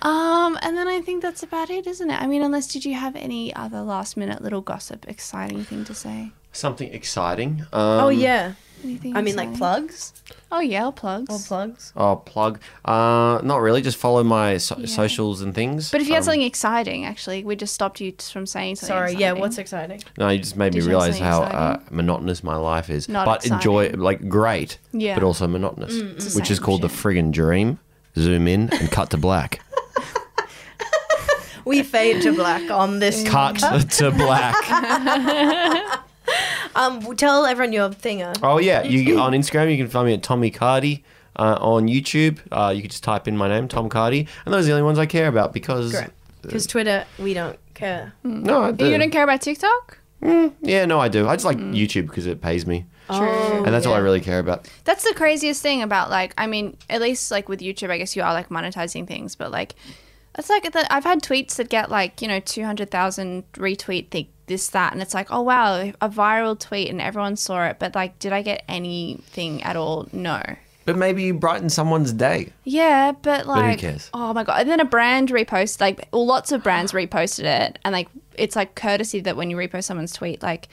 um, and then I think that's about it, isn't it? I mean, unless did you have any other last minute little gossip, exciting thing to say? Something exciting. Um, Oh oh, yeah, Anything? I mean like exciting? plugs Oh yeah, plugs. or plugs. plug. Uh, not really. Just follow my so- socials and things. But if you had Um, something exciting, actually, we just stopped you t- from saying something. Sorry, yeah. exciting. What's exciting? No, you just made Did you me have realize something how uh, exciting? monotonous my life is. Not but enjoy, exciting. like, great, Yeah. Mm, but also monotonous, It's the which is same called the shit. friggin' dream. Zoom in and cut to black. We fade to black on this. cut to black. Um, tell everyone your uh, thinger. Oh yeah, you on Instagram you can find me at Tommy Cardi. Uh, on YouTube, uh, you can just type in my name, Tom Cardi, and those are the only ones I care about because Correct. Because Twitter, we don't care. no, I do. You Mm. don't care about TikTok? yeah, no, I do. I just like YouTube because it pays me, Oh, True. and that's all I really care about. That's the craziest thing about like I mean, at least like with YouTube, I guess you are like monetizing things, but like it's like that I've had tweets that get like you know two hundred thousand retweet think this that, and it's like oh wow, a viral tweet and everyone saw it, but like did I get anything at all? No. But maybe you brighten someone's day. Yeah, but like, cares? oh my god! And then a brand reposted, like, well, lots of brands reposted it, and like, it's like courtesy that when you repost someone's tweet, like,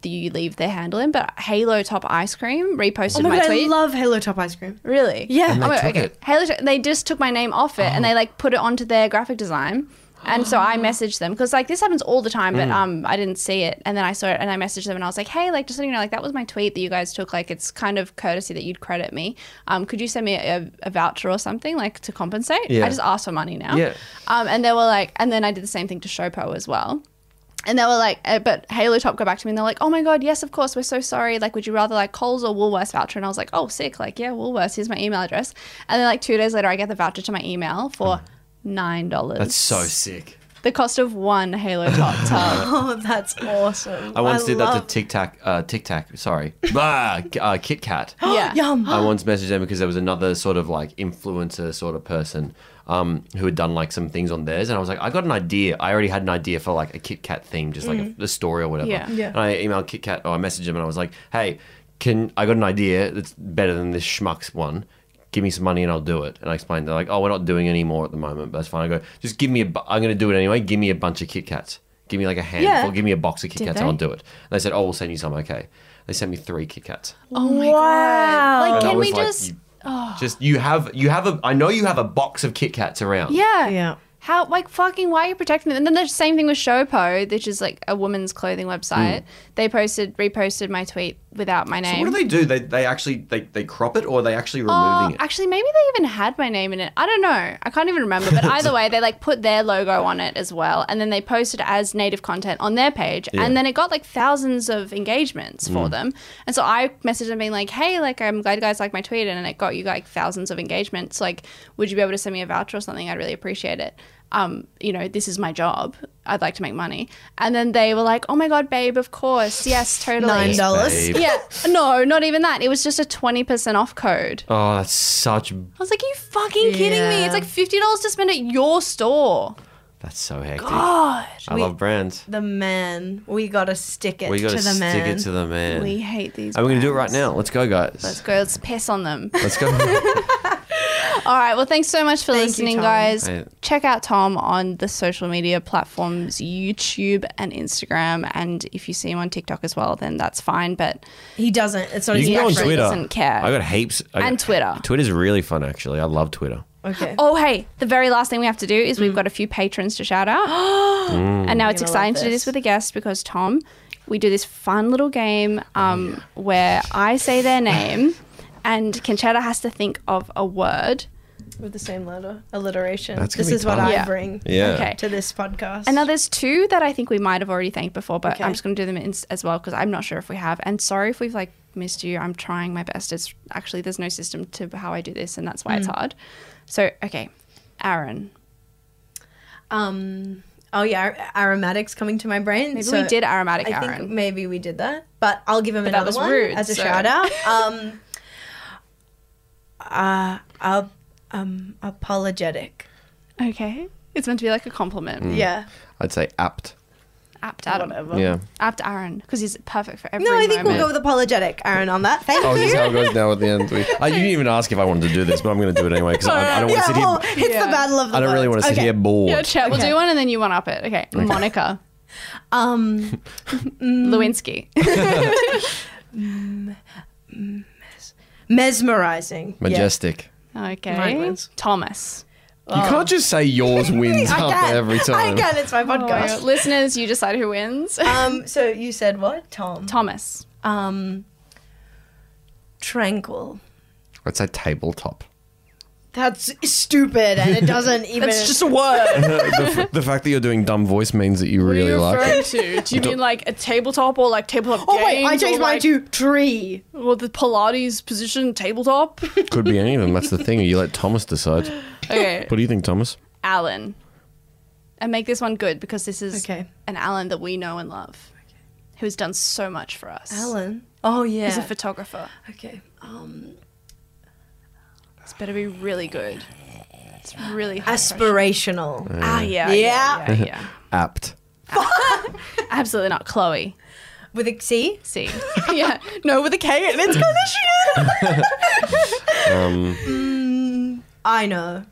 do you leave their handle in? But Halo Top Ice Cream reposted Oh my, my god, I tweet. love Halo Top ice cream. really? Yeah. And Oh, they wait, took okay. it. Oh. Halo, Top- they just took my name off it, and they like put it onto their graphic design. And so I messaged them because like this happens all the time, Mm. but um I didn't see it, and then I saw it, and I messaged them, and I was like, hey, like just so you know, like that was my tweet that you guys took. Like it's kind of courtesy that you'd credit me. Um, could you send me a, a voucher or something like to compensate? Yeah. I just asked for money now. Yeah. Um, and they were like, and then I did the same thing to Shopo as well. And they were like, uh, but Halo Top got back to me and they're like, oh my God, yes, of course, we're so sorry. Like, would you rather like Coles or Woolworths voucher? And I was like, oh, sick. Like, yeah, Woolworths, here's my email address. And then like two days later, I get the voucher to my email for $9. That's so sick. The cost of one Halo Top tub. Oh, that's awesome. I once did that love- to Tic Tac. Uh, Tic Tac. Sorry. bah, uh, Kit Kat. yeah. Oh Yum. I once messaged them because there was another sort of like influencer sort of person um, who had done like some things on theirs, and I was like, I got an idea. I already had an idea for like a Kit Kat theme, just like a, a story or whatever. Mm-hmm. Yeah. Yeah. And I emailed Kit Kat, or I messaged him, and I was like, Hey, can I got an idea that's better than this schmucks one? Give me some money and I'll do it. And I explained, they're like, Oh, we're not doing any more at the moment, but that's fine. I go, Just give me a. Bu- I'm going to do it anyway. Give me a bunch of Kit Kats. Give me like a handful. Give me a box of Kit Did Kats. and I'll they? do it. And they said, Oh, we'll send you some. Okay. They sent me three Kit Kats. Oh my wow. God. Oh, Like, And I can was we like, just. you- just you have you have a I know you have a box of Kit Kats around. Yeah. Yeah. How like fucking why are you protecting them? And then the same thing with Shopo, which is like a woman's clothing website. They posted reposted my tweet without my So name. what do they do? They they actually they, they crop it or are they actually Oh, removing it? Actually, maybe they even had my name in it. I don't know. I can't even remember. But either way, they like put their logo on it as well, and then they posted it as native content on their page, and then it got like thousands of engagements for them. And so I messaged them being like, "Hey, like I'm glad you guys like my tweet, and it got you like thousands of engagements. Like, would you be able to send me a voucher or something? I'd really appreciate it." Um, you know, this is my job. I'd like to make money. And then they were like, "Oh my god, babe, of course, yes, totally." Nine dollars. Babe. Yeah, no, not even that. It was just a twenty percent off code. Oh, that's such. I was like, Are you fucking kidding me? Yeah. It's like fifty dollars to spend at your store. Oh, That's so hectic. God. I We- love brands. The man. We gotta stick it We got to to the stick man. it to the man. We hate these. and we're gonna do it right brands. now. Let's go, guys. Let's go, let's piss on them. Let's go. All right, well, thanks so much for Thank you, listening, Tom. guys. Hey. Check out Tom on the social media platforms YouTube and Instagram. And if you see him on TikTok as well, then that's fine. But He doesn't. It's not you his can go on actually Twitter. doesn't care. I got heaps. I And got- Twitter. Twitter's really fun, actually. I love Twitter. Okay. Oh, hey, the very last thing we have to do is we've got a few patrons to shout out. And now it's You're gonna exciting Mm. love to do this. this with a guest because, Tom, we do this fun little game um, where I say their name and Conchetta has to think of a word. With the same letter. Alliteration. That's gonna this be is what tough. I Yeah. bring Yeah. Okay. to this podcast. And now there's two that I think we might have already thanked before, but Okay. I'm just going to do them in, as well because I'm not sure if we have. And sorry if we've like missed you. I'm trying my best. It's actually there's no system to how I do this, and that's why Mm. it's hard. So okay, Aaron, um oh yeah, ar- aromatics coming to my brain. maybe so we did aromatic I Aaron. think maybe we did that. But I'll give him But that another was one rude, as a so- shout out. Um uh, uh um apologetic. okay, it's meant to be like a compliment. Hmm. Yeah. I'd say apt. Apt Adam. Whatever. Yeah. Apt Aaron because he's perfect for every. No, I think we'll moment. go with apologetic, Aaron, on that. Thank Oh, you. this is how it goes now at the end. We, I, you didn't even ask if I wanted to do this, but I'm going to do it anyway because I, I don't want to yeah, sit well, here. it's the battle of the I don't really words. want to Okay. sit here bored. Yeah, chat. We'll do one and then you one up it. Okay, Monica Um Mm. Lewinsky. mesmerizing. Yeah. Majestic. Mine okay, wins. Thomas. You can't just say yours wins I up can. every time. I can. It's my Oh, podcast. listeners, you decide who wins. um, so you said what, Tom? Thomas. Um, tranquil. I'd say tabletop. That's stupid, and it doesn't even. It's just a word. the, the fact that you're doing dumb voice means that you What are really you like referring it. to? Do you mean like a tabletop or like tabletop oh wait, I games changed or, mine like, to tree. Well, the Pilates position tabletop. Could be any of them. That's the thing. You let Thomas decide. Okay, What do you think, Thomas? Alan. And make this one good because this is Okay. an Alan that we know and love, who's done so much for us. Alan. Oh yeah. He's a photographer. okay. Um, It's better be really good. It's really high pressure. aspirational. Ah, yeah, Yeah. yeah, yeah. Apt. yeah. Absolutely not, Chloe. With a C. C. yeah. No, with a K and it's condition. I know.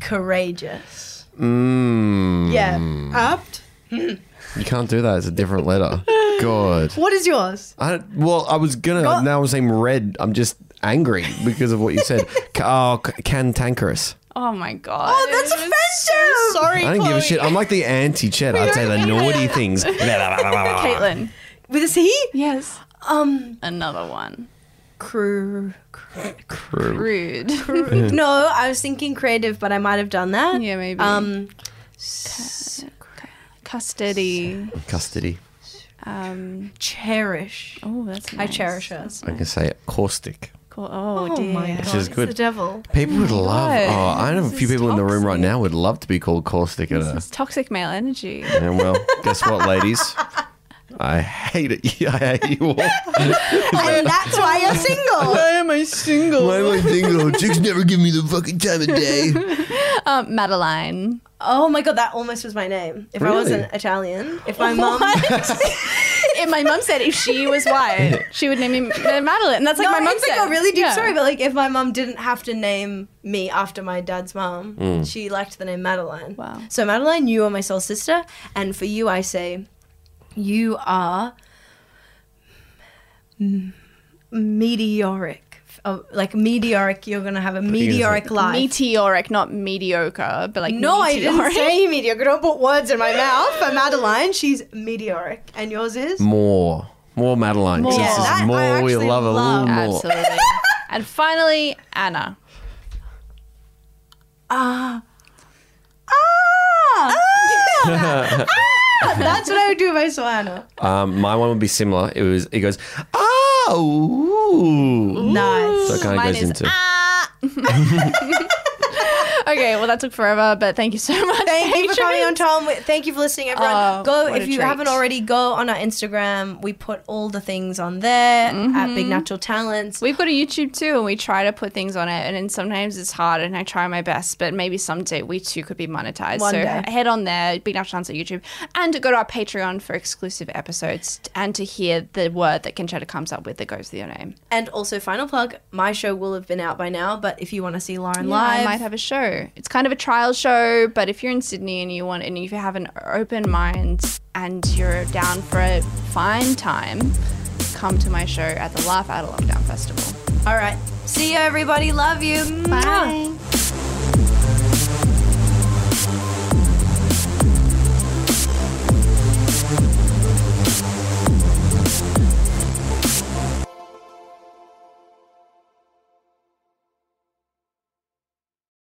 Courageous. Mm. Yeah. Apt. You can't do that. It's a different letter. God. What is yours? I, well, I was gonna. Go- Now I'm saying red. I'm just angry because of what you said. Ca- oh, c- cantankerous. Oh my god. Oh, that's offensive. Sorry, I don't give a Chloe. shit. I'm like the anti-Chet. I'd say the naughty things. Caitlin. With a C. Yes. Um. Another one. Crew. Crew. Rude. Hmm. no, I was thinking creative, but I might have done that. yeah, maybe. Um. custody. Custody. Um Cherish. Oh, that's I nice. cherish her. I can say it. caustic. Cool. Oh, Oh dear. my Which god, is it's good. the devil. People would love. God. Oh, I know a This few is people in the room right toxic. now would love to be called caustic at This a. is toxic male energy. And well, guess what, ladies? I hate it. I hate you all. and that's why you're single. Why am I single? Why am I single? Chicks never give me the fucking time of day. Um, Madeline. Oh my god, that almost was my name. If I Really? wasn't Italian, if my mum, If my mum said if she was white, she would name me Madeline. And that's like no, my mum it's said. like a really deep Yeah. story, but like if my mum didn't have to name me after my dad's mum, she liked the name Madeline. Wow. So Madeline, you are my soul sister, and for you, I say, you are m- meteoric. Oh, like meteoric, you're gonna have a meteoric life. Meteoric, not mediocre, but like No, I didn't meteoric. say meteoric. Don't put words in my mouth. But Madeline, she's meteoric, and yours is More. More Madeline. More. This Yeah, is that I more. We actually love a love. little more. Absolutely. and finally, Anna. That's what I would do if I saw Anna. Um, my one would be similar. It was. It goes. Oh. Nice. So it kind of Mine goes is, "Ah, into. Okay, well that took forever, but thank you so much. Thank you for coming on, Tom. Thank you for listening, everyone. Oh, go what if a you treat. haven't already. Go on our Instagram. We put all the things on there at Mm-hmm. Big Natural Talents. We've got a YouTube too, and we try to put things on it, and then sometimes it's hard, and I try my best, but maybe someday we too could be monetized. One so day. head on there, Big Enough Chance at YouTube, and go to our Patreon for exclusive episodes and to hear the word that Conchetta comes up with that goes with your name. and also, final plug: my show will have been out by now, but if you want to see Lauren I live, might have a show. It's kind of a trial show, but if you're in Sydney and you want, and if you have an open mind and you're down for a fine time, come to my show at the Laugh Out of Lockdown Festival. all right. See you, everybody. Love you. Mwah. Bye.